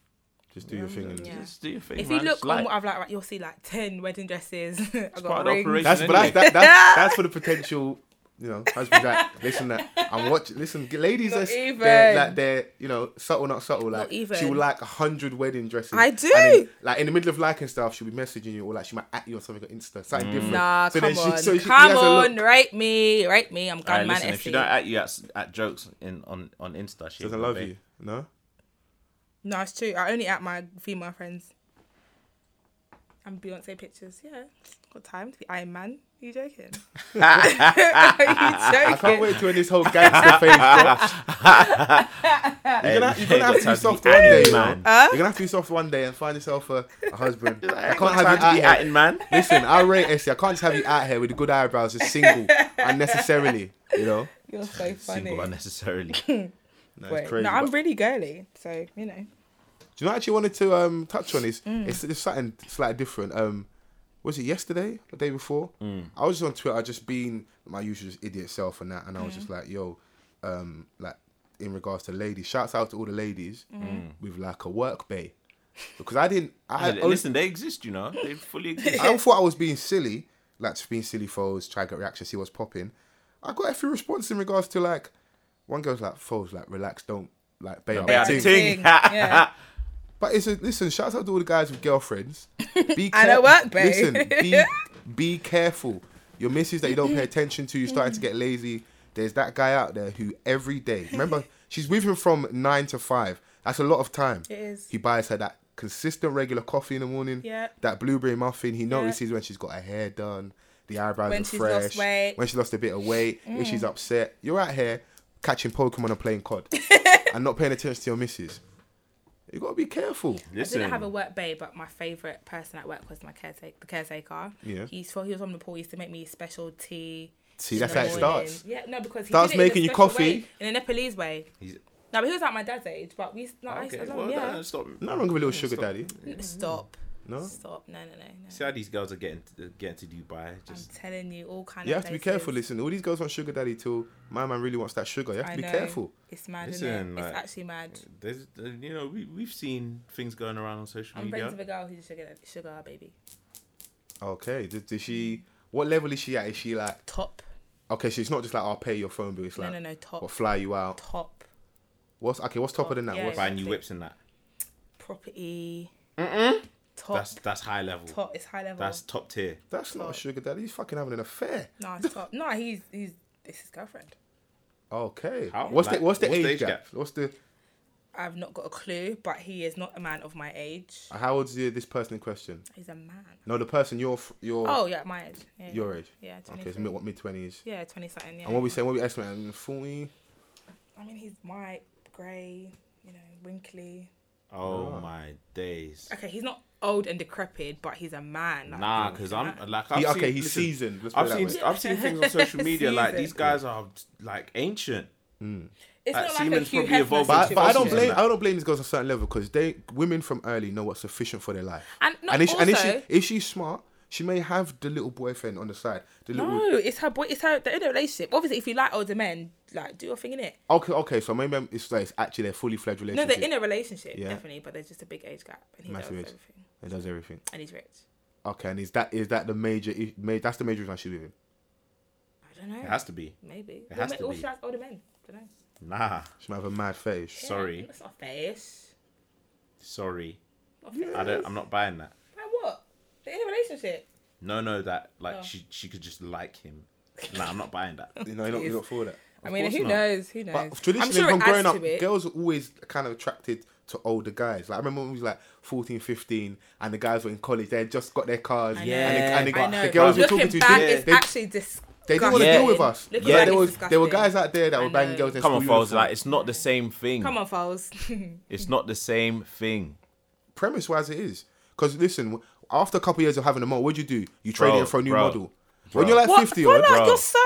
S1: just do your thing. And
S3: Yeah.
S2: Just do your thing.
S3: If
S2: man.
S3: you look
S2: Just like,
S3: on what I've liked, right, you'll see like ten wedding dresses. I got
S2: part of the
S3: rings.
S2: operation.
S1: that's but that's,
S2: Anyway.
S1: that, that's that's for the potential. You know, husband that listen that I'm watching. Listen, ladies,
S3: Not
S1: that's,
S3: even.
S1: they're like they're you know subtle, not subtle. Like
S3: even.
S1: she will like a hundred wedding dresses.
S3: I
S1: And
S3: do.
S1: then, like in the middle of liking stuff, she'll be messaging you or like she might at you on something on Insta, something different.
S3: Nah,
S1: So
S3: come
S1: then she-
S3: on,
S1: so she- he
S3: come
S1: has a look.
S3: on, rate me, rate me. I'm
S2: Alright,
S3: gunman
S2: listen, if she
S3: SC.
S2: don't at you at, at jokes in on on Insta, she
S1: Doesn't
S2: ain't gonna
S1: love
S2: be.
S1: you, no.
S3: No, it's true. I only at my female friends. And Beyonce pictures. Yeah, got time to be Iron Man. Are you joking? Are
S1: I
S3: you
S1: can't
S3: joking?
S1: wait to end this whole gangster phase. bro. You're gonna, you're
S2: Hey,
S1: gonna have to be
S2: what's
S1: soft
S2: happening?
S1: one day,
S2: Atting
S1: man. Uh,
S2: man.
S1: You're gonna have to be soft one day and find yourself a, a husband. I can't
S2: Time
S1: have
S2: to
S1: you
S2: be
S1: out here.
S2: atting, man.
S1: Listen, I rate Essie. I can't just have you out here with the good eyebrows, just single unnecessarily. You know,
S3: You're so funny.
S2: Single unnecessarily.
S1: no,
S3: Wait,
S1: it's crazy.
S3: no, I'm
S1: But
S3: really girly, so you know.
S1: do you know what I actually wanted to um, touch on is
S3: Mm.
S1: it's, it's something slightly different. Um, was it yesterday, the day before? I was just on Twitter, just being my usual just idiot self and that, and I was
S3: Mm.
S1: just like, yo, um, like in regards to ladies, shouts out to all the ladies
S3: Mm.
S1: with like a work bay. Because I didn't, I,
S2: Hey,
S1: I was-
S2: listen, they exist, you know. They fully exist.
S1: I thought I was being silly, like just being silly foes, try to get reaction, see what's popping. I got a few responses in regards to like one girl's like foes, like relax, don't like bail
S2: bail
S1: out
S2: the
S1: the
S2: ting.
S1: ting.
S2: Ting.
S3: yeah.
S1: But it's a, listen, shouts out to all the guys with girlfriends. Be
S3: I know
S1: care-
S3: what, babe.
S1: Listen, be be careful. Your missus that you don't pay attention to, you're starting to get lazy. There's that guy out there who every day, remember, she's with him from nine to five. That's a lot of time.
S3: It is.
S1: He buys her that consistent regular coffee in the morning.
S3: Yeah.
S1: That blueberry muffin. He notices when she's got her hair done, the eyebrows
S3: When
S1: are
S3: she's
S1: fresh.
S3: lost weight. Mm.
S1: When she lost a bit of weight, if she's upset. You're out here catching Pokemon and playing COD and not paying attention to your missus. You gotta be careful.
S3: I
S2: Listen,
S3: didn't have a work babe, but my favorite person at work was my caretaker. The caretaker.
S1: Yeah.
S3: He's he was from Nepal. He used to make me special tea.
S1: See,
S3: in
S1: that's
S3: the
S1: how it
S3: morning.
S1: starts.
S3: Yeah, no, because he
S1: Starts
S3: did it in a
S1: making you
S3: special
S1: coffee.
S3: way, in a Nepalese way.
S2: He's-
S3: No, but he was like my dad's age, but we no, I used
S2: okay,
S3: to,
S2: well,
S3: yeah.
S2: no, stop.
S1: Nothing wrong with a little sugar daddy.
S3: Mm-hmm. Stop.
S1: No?
S3: Stop. No, no, no, no.
S2: See how these girls are getting to, getting to Dubai.
S3: I'm
S2: Just
S3: telling you, all kind
S1: You
S3: of.
S1: have to be careful, listen. All these girls want sugar daddy till my man really wants that sugar. You have to be careful.
S3: It's mad,
S2: Listen,
S3: isn't it?
S2: like-
S3: It's actually mad.
S2: there's, uh, you know, we we've seen things going around on social
S3: I'm friends
S2: media.
S3: with a girl who's a sugar sugar baby.
S1: Okay. Does, does she what level is she at? Is she like
S3: Top.
S1: okay, she's not just like I'll pay your phone bill, it's
S3: No,
S1: like
S3: no, no. Top.
S1: or fly you out.
S3: Top.
S1: What's okay, what's topper than that?
S3: Yeah.
S1: What's
S2: Buying you whips and that.
S3: Property. Mm-mm. Top.
S2: That's that's high level.
S3: top. It's high level.
S2: That's top tier.
S1: that's not a sugar daddy, he's fucking having an affair.
S3: No, it's top. No, he's he's it's his girlfriend.
S1: Okay.
S2: How?
S1: What's
S2: Like,
S1: the what's the age, gap?
S2: gap?
S1: What's the
S3: I've not got a clue, but he is not a man of my age.
S1: how old's the, this person in question?
S3: He's a man.
S1: No, the person your f- your
S3: Oh yeah, my age. Yeah,
S1: your age.
S3: Yeah,
S1: Okay,
S3: twenty.
S1: so mid what mid twenties.
S3: yeah, twenty something. Yeah.
S1: And what we saying, what we estimating? Forty?
S3: I mean, he's white, grey, you know, wrinkly.
S2: Oh
S1: Ah.
S2: my days.
S3: Okay, he's not old and decrepit, but he's a man. like,
S2: Nah,
S3: he's
S2: because
S3: a
S2: I'm
S3: man.
S2: like I've
S1: He- okay,
S2: seen-
S1: he's
S2: listen,
S1: seasoned. Let's put
S2: I've
S1: it that
S2: seen
S1: way.
S2: I've seen things on social media like these
S3: Seasoned.
S2: guys are like ancient. like,
S3: It's not like
S2: Siemens
S3: a Hugh
S2: probably
S3: Hefner
S2: evolved
S1: But, but I don't
S2: Yeah.
S1: blame I don't blame these girls on a certain level because they women from early know what's sufficient for their life.
S3: And, not
S1: and if,
S3: also,
S1: and if she if she's smart, she may have the little boyfriend on the side. The little
S3: no, it's her boy. It's her. They're in a relationship. Obviously, if you like older men, like do your thing in it.
S1: okay okay so maybe I'm- it's like it's actually their fully fledged
S3: No,
S1: relationship.
S3: they're in a relationship,
S1: Yeah.
S3: definitely, but there's just a big age gap, and he
S1: Massive
S3: knows
S1: age.
S3: everything,
S1: It does everything.
S3: and he's rich.
S1: Okay, and is that is that the major? i- ma- That's the major reason I should be with him.
S3: I don't know.
S2: It has to be.
S3: Maybe.
S2: It has
S3: Women-
S2: to
S3: all
S2: be.
S3: shots older men. Don't know.
S2: Nah,
S1: She might have a mad face.
S2: Sorry.
S3: That's not face.
S2: sorry.
S3: Not fair.
S2: I don't. I'm not buying that.
S3: Like what? They're in a relationship.
S2: No, no, that like
S3: Oh.
S2: she she could just like him. Nah, I'm not buying that.
S1: You know, you're not, you're not for that.
S3: I mean,
S2: course
S3: who
S2: not.
S3: knows? Who knows?
S1: But traditionally,
S3: I'm sure
S1: from
S3: it adds
S1: growing up,
S3: to it.
S1: girls were always kind of attracted to older guys. Like I remember when we was like 14, 15, and the guys were in college. They had just got their cars.
S3: I know,
S2: Yeah,
S1: and the,
S3: I
S1: and the,
S3: know.
S1: the girls we're
S3: Looking
S1: talking to,
S3: back,
S1: they,
S3: it's
S1: they,
S3: actually disgusting.
S1: they didn't want to deal with us.
S3: Looking
S1: yeah,
S3: back,
S1: there
S3: it's
S1: was there were
S3: disgusting.
S1: guys out there that were
S3: I
S1: banging
S3: know.
S1: girls. in
S2: Come on,
S1: school
S2: Foles,
S1: uniform.
S2: like it's not the same thing.
S3: Come on, Foles.
S2: It's not the same thing.
S1: premise wise it is. Because listen, after a couple of years of having a model, what'd you do? You trade
S2: Bro,
S1: it for a new
S2: bro,
S1: model.
S2: bro.
S1: When you're like
S3: what?
S1: 50
S3: Bro,
S1: odd,
S3: you're so.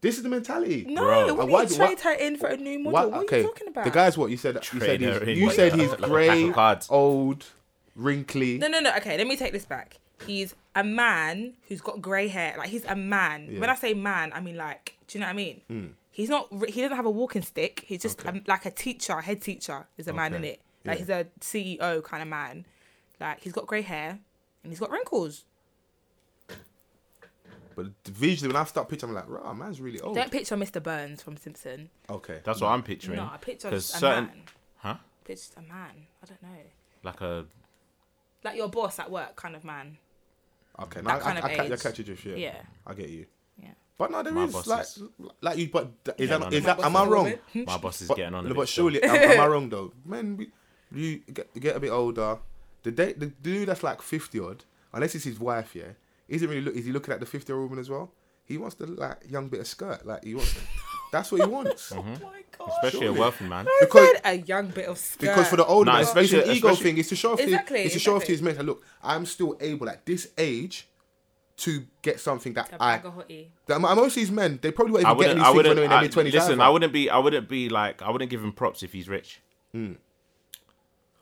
S1: This is the mentality.
S3: No,
S2: Bro.
S3: we
S2: Uh,
S1: why
S3: wouldn't
S1: do-
S3: trade
S1: why-
S3: her in for a new model.
S1: Why-
S3: What, are you talking about?
S1: The guy's what you said. You said
S2: Trader
S1: he's,
S2: in.
S1: you said he's
S2: Like a pack
S1: grey,
S2: of cards.
S1: old, wrinkly.
S3: No, no, no. Okay, let me take this back. He's a man who's got grey hair. Like he's a man. When I say man, I mean like, do you know what I mean?
S1: Hmm.
S3: He's not. re- He doesn't have a walking stick. He's just um like a teacher, a head teacher. Is a man in
S1: Okay.
S3: it. Like
S1: Yeah.
S3: he's a CEO kind of man. Like he's got grey hair and he's got wrinkles.
S1: But visually, when I start picture, I'm like, rah, man's really old.
S3: Don't picture Mr. Burns from Simpson.
S1: Okay,
S2: That's what I'm picturing.
S3: No, I picture a
S2: 'Cause certain-
S3: man.
S2: Huh?
S3: Picture a man. I don't know.
S2: Like uh, a
S3: Like your boss at work kind of man.
S1: okay. Now, I, I,
S3: kind of
S1: I, ca- I
S3: age.
S1: catch you drift. Yeah,
S3: Yeah.
S1: I get you.
S3: Yeah.
S1: But no, there
S2: My
S1: is
S2: boss
S1: like,
S2: is-
S1: like you. But is
S2: Yeah,
S1: that
S2: no,
S1: is
S2: no.
S1: that? Am I wrong?
S2: my boss is
S1: But,
S2: getting on. A
S1: no,
S2: bit
S1: but
S2: still.
S1: surely, am, am I wrong though? Men, we, you get, get a bit older. The date, the dude that's like fifty odd, unless it's his wife, yeah, isn't really. Look, is he looking at the fifty year old woman as well? He wants the like young bit of skirt. Like he wants. that's what he wants.
S2: Mm-hmm.
S3: Oh my god.
S2: especially
S1: surely.
S2: a wealthy man.
S1: Because-
S3: Because a young bit of skirt.
S1: Because for the older
S2: Nah,
S1: man, it's an
S2: especially-
S1: ego
S2: especially-
S1: thing. It's to show off.
S3: Exactly,
S1: to, it's to show off to
S3: exactly.
S1: his mates. Like, look, I'm still able at this age to get something that
S3: A
S1: I.
S3: bag of hottie.
S1: That mo- most of these men, they probably won't
S2: I
S1: even get
S2: wouldn't.
S1: these
S2: I
S1: things when they're
S2: wouldn't.
S1: in their
S2: I,
S1: mid twenties.
S2: listen, I wouldn't be. I wouldn't be like. I wouldn't give him props if he's rich.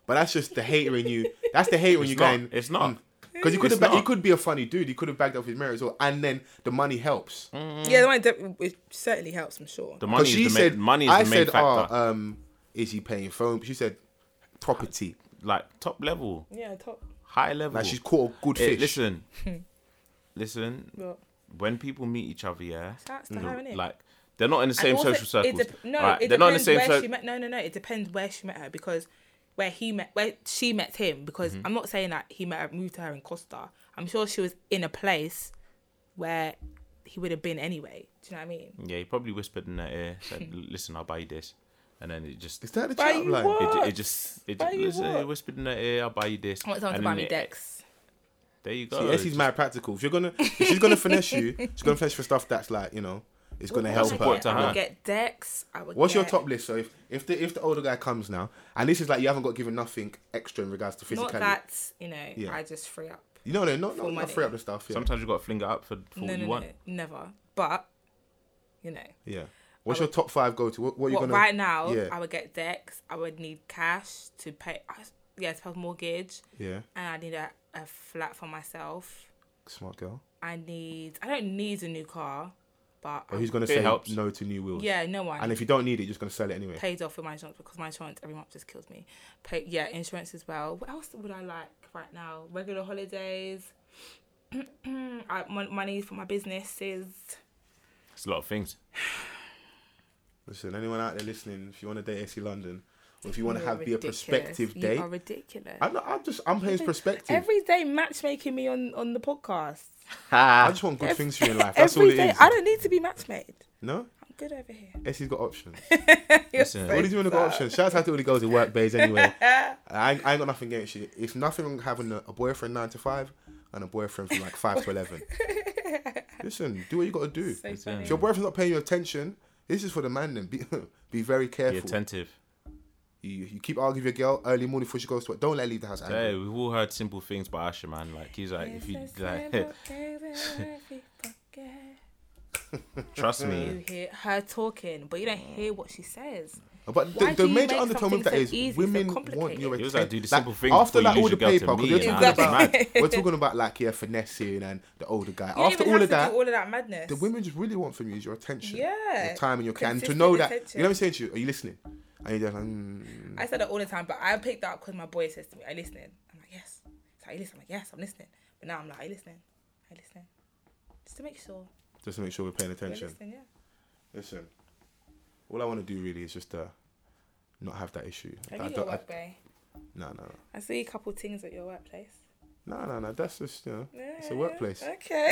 S1: But that's just the hater in you. That's the hater in
S2: It's
S1: you
S2: not.
S1: going.
S2: It's not.
S1: Because Mm. he could have, ba-
S2: It's
S1: he
S2: not.
S1: could be a funny dude. He could have bagged up his marriage, or and then the money helps.
S3: Yeah, the one that- it certainly helps, I'm sure.
S2: The
S1: Because
S2: Mm. money.
S1: she
S2: Is the
S1: said,
S2: main, money is
S1: "I
S2: the main
S1: said,
S2: factor.
S1: oh, um, is he paying phone?" She said, "Property."
S2: like top level,
S3: yeah, top.
S2: high level.
S1: Like she's caught a good
S2: Eh,
S1: fish.
S2: listen, listen.
S3: Well,
S2: When people meet each other, yeah,
S3: Shouts to her, innit?
S2: like they're not in the same
S3: also,
S2: social circles.
S3: It dep- no,
S2: right?
S3: it
S2: they're not in the
S3: depends
S2: same.
S3: where
S2: so-
S3: she met. No, no, no. It depends where she met her because where he met, where she met him. Because
S2: Mm-hmm.
S3: I'm not saying that he met her, moved to her in Costa. I'm sure she was in a place where he would have been anyway. Do you know what I mean?
S2: yeah, he probably whispered in her ear, said, "Listen, I'll buy you this," and then it just
S1: Is that the
S3: Buy
S1: chat
S3: you
S1: line?
S3: what?
S2: It, ju- it just it,
S3: Buy
S2: just,
S3: you
S2: listen,
S3: what?
S2: it whispered in her ear, I'll buy you this.
S3: I want someone
S2: And
S3: to buy
S2: then
S3: me
S2: it-
S3: decks.
S2: There you
S1: See,
S2: go.
S1: yes, he's
S2: Just-
S1: mad practical. If you're gonna, if she's gonna finesse you, she's gonna finesse you for stuff that's like you know, it's gonna help
S2: That's
S3: I would
S1: her.
S2: important
S3: get,
S2: to
S3: I
S2: her.
S3: would get decks. I would
S1: What's your
S3: get-
S1: top list? So if, if the if the older guy comes now, and this is like you haven't got given nothing extra in regards to
S3: Not
S1: physicality.
S3: that you know.
S1: Yeah.
S3: I just free up.
S1: You know, no, not
S3: For
S1: not, not
S3: money.
S1: free up the stuff. Yeah,
S2: Sometimes you got to fling it up for, for
S3: No,
S2: what
S3: no,
S2: you
S3: no,
S2: want.
S3: never. But you know.
S1: yeah. What's your top five go to? What, what are you
S3: What,
S1: gonna?
S3: right now,
S1: yeah.
S3: I would get decks. I would need cash to pay. I- Yeah, to pay for mortgage,
S1: yeah,
S3: and I need a, a flat for myself.
S1: smart girl.
S3: I need. I don't need a new car, but
S1: Or
S3: I
S1: he's gonna
S2: It
S1: say
S2: helps.
S1: no to new wheels.
S3: yeah, no one.
S1: And if you don't need it, you're just gonna sell it anyway.
S3: paid off with my insurance because my insurance every month just kills me. Pay, yeah, insurance as well. What else would I like right now? Regular holidays. I, mon- money for my business is
S2: It's a lot of things.
S1: Listen, anyone out there listening, if you want to date AC London, or if you want to
S3: You're
S1: have be a
S3: ridiculous.
S1: prospective date,
S3: You are ridiculous.
S1: I'm, not, I'm just I'm playing perspective.
S3: Every day matchmaking me on on the podcast.
S1: I just want good
S3: Ev-
S1: things for you in life. That's all
S3: every
S1: it
S3: day-
S1: is.
S3: I don't need to be matchmade.
S1: No,
S3: I'm good over here.
S1: AC's got options.
S2: Listen,
S1: All these women have got options. Shout out to all the girls who work bays anyway. I, I ain't got nothing against you. It's nothing wrong having a, a boyfriend nine to five and a boyfriend from like five to eleven. Listen, do what you got to do.
S3: So
S2: um,
S3: funny.
S1: If your boyfriend's not paying you attention, this is for the man. Then be be very
S2: be
S1: careful.
S2: attentive.
S1: you, you keep arguing with your girl early morning before she goes to work. Don't let her leave the house. angry.
S2: Hey, we've all heard simple things by Usher, man. Like he's like, if you like, trust
S3: you
S2: me.
S3: hear her talking, but you don't
S1: Mm.
S3: hear what she says.
S1: But
S3: Why
S1: the, the
S3: do you
S1: major
S3: make
S1: undertone with
S3: something
S1: that
S3: so
S1: is
S3: easy, so
S1: women want
S3: complicated?
S1: your attention.
S2: He was like, do the simple thing
S1: after
S2: before
S1: like
S2: you
S1: all the
S2: lose your girl to
S1: paper, because
S2: me,
S1: we're,
S2: man.
S1: talking
S3: Exactly.
S1: about- we're talking about like yeah, finessing and the older guy.
S3: You don't
S1: after
S3: even
S1: all
S3: have
S1: of
S3: to do
S1: that,
S3: all of that madness.
S1: the women just really want from you is your attention,
S3: Yeah.
S1: your time, and your care. And to
S3: Consistent
S1: know that,
S3: attention.
S1: you know what I'm saying to you? Are you listening? And you're just like, mm.
S3: I said it all the time, but I picked that up because my boy says to me, "Are you listening?" I'm like, "Yes." So I listen. I'm like, "Yes, I'm listening." But now I'm like, "Are you listening? Are you listening?" Just to make sure
S1: just to make sure we're paying
S3: you're
S1: attention.
S3: listening. Yeah.
S1: Listen, all I want to do really is just uh, not have that issue.
S3: Have
S1: I
S3: you got
S1: don't- I-
S3: work, bae?
S1: No, no,
S3: I see a couple things at your workplace.
S1: no, no, no, no. That's just you know, it's a workplace.
S3: Okay.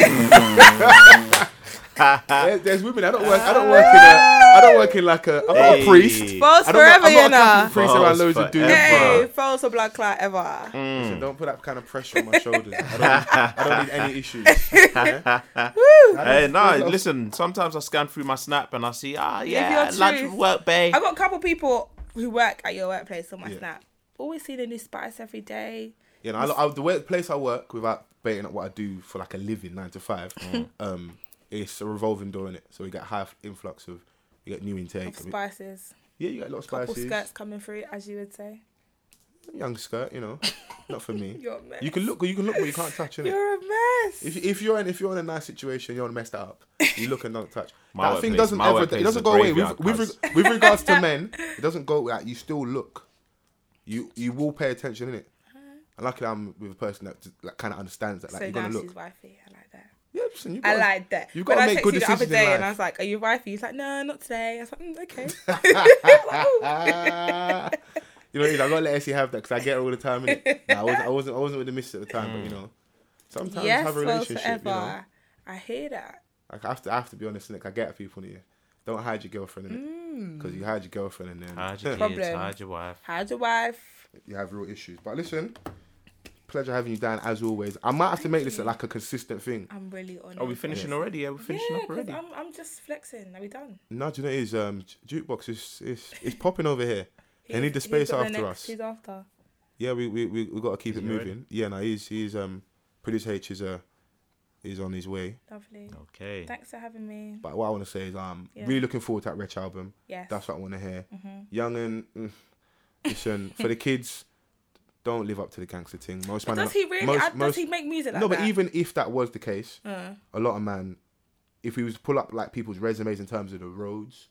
S1: There- there's women. I don't work. I
S3: Ah.
S1: don't work in a. I don't work in like a. I'm not a
S2: Hey.
S1: priest.
S3: False
S1: I don't- I'm
S3: forever,
S1: not
S3: you
S1: a Catholic
S3: know.
S1: priest around
S2: False
S1: loads of dudes.
S2: forever.
S3: Hey,
S2: Hey,
S3: false or blood clot ever.
S1: Listen, don't put that kind of pressure on my shoulders. I don't, I don't need any issues.
S2: Hey, no, listen. Sometimes I scan through my snap and I see, ah, yeah,
S3: your
S2: lunch
S3: truth.
S2: work, babe.
S3: I've got a couple people who work at your workplace on my
S1: Yeah.
S3: snap. Always see the new spice every day.
S1: You
S3: Mm.
S1: know, I, I, the workplace I work without baiting up what I do for like a living, nine to five, um, it's a revolving door in it. So we get high influx of you get new intake. I mean,
S3: Spices.
S1: yeah, you get a lot of
S3: Couple
S1: spices.
S3: skirts coming through, as you would say.
S1: Young skirt, you know, not for me.
S3: You're a mess.
S1: You can look, you can look, but you can't touch it.
S3: You're a mess.
S1: If, if you're in if you're in a nice situation, you want to mess that up. You look and don't touch.
S2: My
S1: that thing
S2: workplace-
S1: doesn't
S2: my
S1: ever.
S2: workplace
S1: It
S2: is
S1: doesn't
S2: a
S1: go away. With,
S2: graveyard,
S1: with, reg- with regards to men, it doesn't go like you still look. You you will pay attention in it. And luckily, I'm with a person that just, like kind of understands that. Like
S3: Uh-huh. so
S1: you're gonna
S3: now
S1: look.
S3: she's wifey. I like that.
S1: Yeah, listen, you
S3: I
S1: gotta-
S3: like that.
S1: You've
S3: When
S1: got to
S3: I
S1: make
S3: texted
S1: good
S3: you the other
S1: decisions
S3: day
S1: in
S3: and I
S1: life.
S3: was like, "Are you wifey?" He's like, "No, not today." I was like, mm, "Okay."
S1: you know, what I mean? I gotta let Essie have that because I get her all the time. Innit? Nah, I wasn't, I wasn't, I wasn't with the missus at the time, but you know, sometimes
S3: yes,
S1: have a relationship.
S3: whatsoever.
S1: You know,
S3: I hear that.
S1: like I have to, I have to be honest. Innit? I get people in here. Don't hide your girlfriend in
S3: Mm.
S1: it because you hide your girlfriend and then
S2: Hide your kids,
S3: Problem.
S2: hide your wife.
S3: How's your wife?
S1: you have real issues. But listen, pleasure having you down as always. I might have to make this like a consistent thing.
S3: I'm really on.
S1: Oh,
S2: Are we
S3: it.
S2: finishing already? Yeah, we're finishing
S3: yeah,
S2: up
S3: 'cause
S2: already.
S3: I'm, I'm just flexing. Are we done?
S1: No, do you know it is um ju- jukebox is is it's popping over here. They need the
S3: He's- he's
S1: space
S3: got the
S1: after
S3: next-
S1: us.
S3: He's after.
S1: Yeah, we we we, we got to keep
S2: Is
S1: it
S2: he ready?
S1: moving. Yeah, no, he's he's um produce H is uh is on his way.
S3: Lovely.
S2: Okay.
S3: Thanks for having me.
S1: But what I want to say is I'm
S3: Yeah.
S1: really looking forward to that Rich album.
S3: Yes. Mm-hmm.
S1: That's what I want to hear. Young and mm, listen for the kids. Don't live up to the gangster thing. Most man,
S3: does he really?
S1: most-
S3: uh, does
S1: most-
S3: he make music like
S1: no,
S3: that?
S1: but even if that was the case,
S3: Uh,
S1: a lot of man, if we was to pull up like people's resumes in terms of the roads,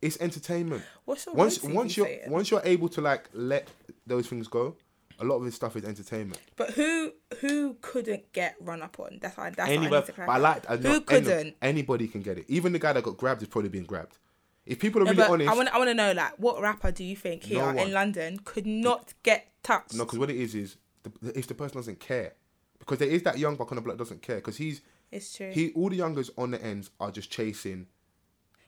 S1: it's entertainment.
S3: what's your
S1: Once
S3: royalty
S1: once
S3: he's
S1: you're
S3: saying?
S1: once you're able to like let those things go, a lot of his stuff is entertainment.
S3: But who who couldn't get run up on? That's why. That's what I
S1: Anywhere,
S3: need to
S1: but
S3: clarify.
S1: I like I know any-
S3: couldn't?
S1: anybody can get it. Even the guy that got grabbed is probably being grabbed. If people are
S3: No,
S1: really
S3: but
S1: honest,
S3: I want I want to know like what rapper do you think
S1: No
S3: here
S1: one.
S3: in London could not get touched?
S1: no, because what it is is the, the- if the person doesn't care, because there is that young buck on the block that doesn't care, because he's
S3: it's true.
S1: he all the youngers on the ends are just chasing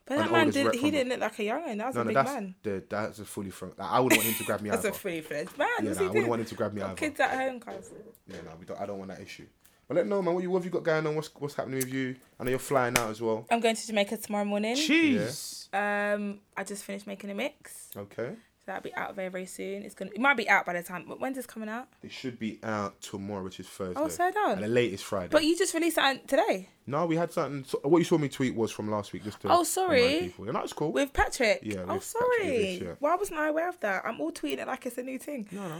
S3: but
S1: an
S3: that man
S1: oldest
S3: did
S1: rep
S3: he
S1: from-
S3: didn't look like a young man. That was
S1: no
S3: a
S1: no
S3: big
S1: that's
S3: man.
S1: the that's a fully front. Like, I wouldn't want him to grab me
S3: That's
S1: either.
S3: a free fledged man.
S1: Yeah,
S3: What's
S1: nah, I
S3: he
S1: wouldn't
S3: doing?
S1: want him to grab me
S3: Got
S1: either.
S3: kids at home, cuz.
S1: Yeah, no, we don't, I don't want that issue. But let no man, what you what have you got going on? What's what's happening with you? I know you're flying out as well.
S3: I'm going to Jamaica tomorrow morning.
S2: Jeez.
S3: Um, I just finished making a mix, so
S1: Okay.
S3: that'll be out very very soon. It's gonna it might be out by the time. But when's this coming out?
S1: It should be out tomorrow, which is Thursday.
S3: Oh, so done.
S1: And the latest Friday.
S3: But you just released it today
S1: no, we had something. So, what you saw me tweet was from last week. Just to
S3: Oh,
S1: remind
S3: sorry.
S1: People. And that's cool.
S3: with Patrick.
S1: Yeah,
S3: Oh,
S1: with Patrick,
S3: sorry.
S1: it is, yeah.
S3: Why wasn't I aware of that? I'm all tweeting it like it's a new thing.
S1: no, no.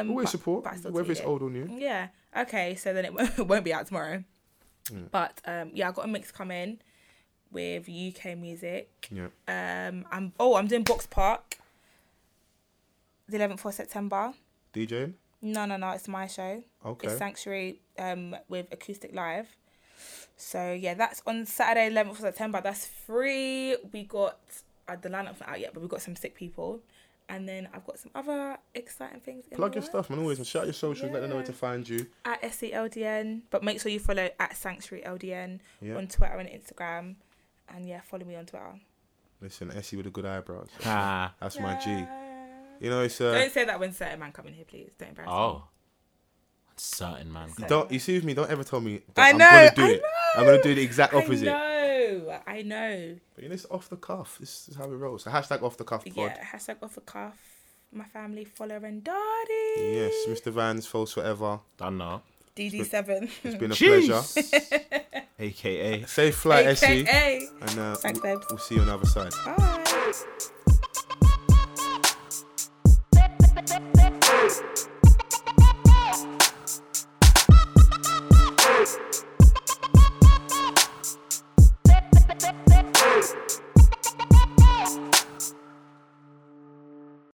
S3: Um,
S1: Always
S3: but-
S1: support,
S3: but I still
S1: whether
S3: tweet
S1: it's
S3: it.
S1: old or new.
S3: Yeah. Okay. So then it won't- won't be out tomorrow.
S1: Mm.
S3: But um, yeah, I got a mix coming with UK music.
S1: Yeah. Mm.
S3: Um, I'm oh, I'm doing Box Park. The 11th of September.
S1: DJing.
S3: No, no, no. It's my show.
S1: Okay.
S3: It's Sanctuary um, with Acoustic Live. So yeah, that's on Saturday, 11th of September. That's free. We got uh, the lineup's not out yet, but we've got some sick people. And then I've got some other exciting things. In
S1: Plug
S3: the
S1: your
S3: works
S1: stuff, man. Always and shout your socials. Let them know where to
S3: Yeah.
S1: find you.
S3: at SCLDN, but make sure you follow at Sanctuary LDN
S1: Yeah.
S3: on Twitter and Instagram. And yeah, follow me on Twitter.
S1: Listen, Essie with the good eyebrows.
S2: Ah.
S1: That's my G.
S3: Yeah.
S1: You know, it's uh,
S3: Don't say that when certain man come in here, please. Don't embarrass me.
S2: Oh. Certain man.
S1: you don't. You see with me. Don't ever tell me. That
S3: I
S1: am
S3: know,
S1: Gonna do
S3: I
S1: it. I'm
S3: know,
S1: gonna do the exact opposite.
S3: I know. I know.
S1: But you know, it's off the cuff. This is how we roll. So hashtag off the cuff pod.
S3: Yeah. Hashtag off the cuff. My family follow and Dardy.
S1: Yes, Mr. Vans, false forever.
S2: Don't know.
S3: DD7.
S1: It's been a pleasure.
S2: Jeez. AKA.
S1: Safe flight, Essie.
S3: AKA.
S1: And uh,
S3: Thanks,
S1: we-
S3: babes.
S1: we'll see you on the other side.
S3: Bye.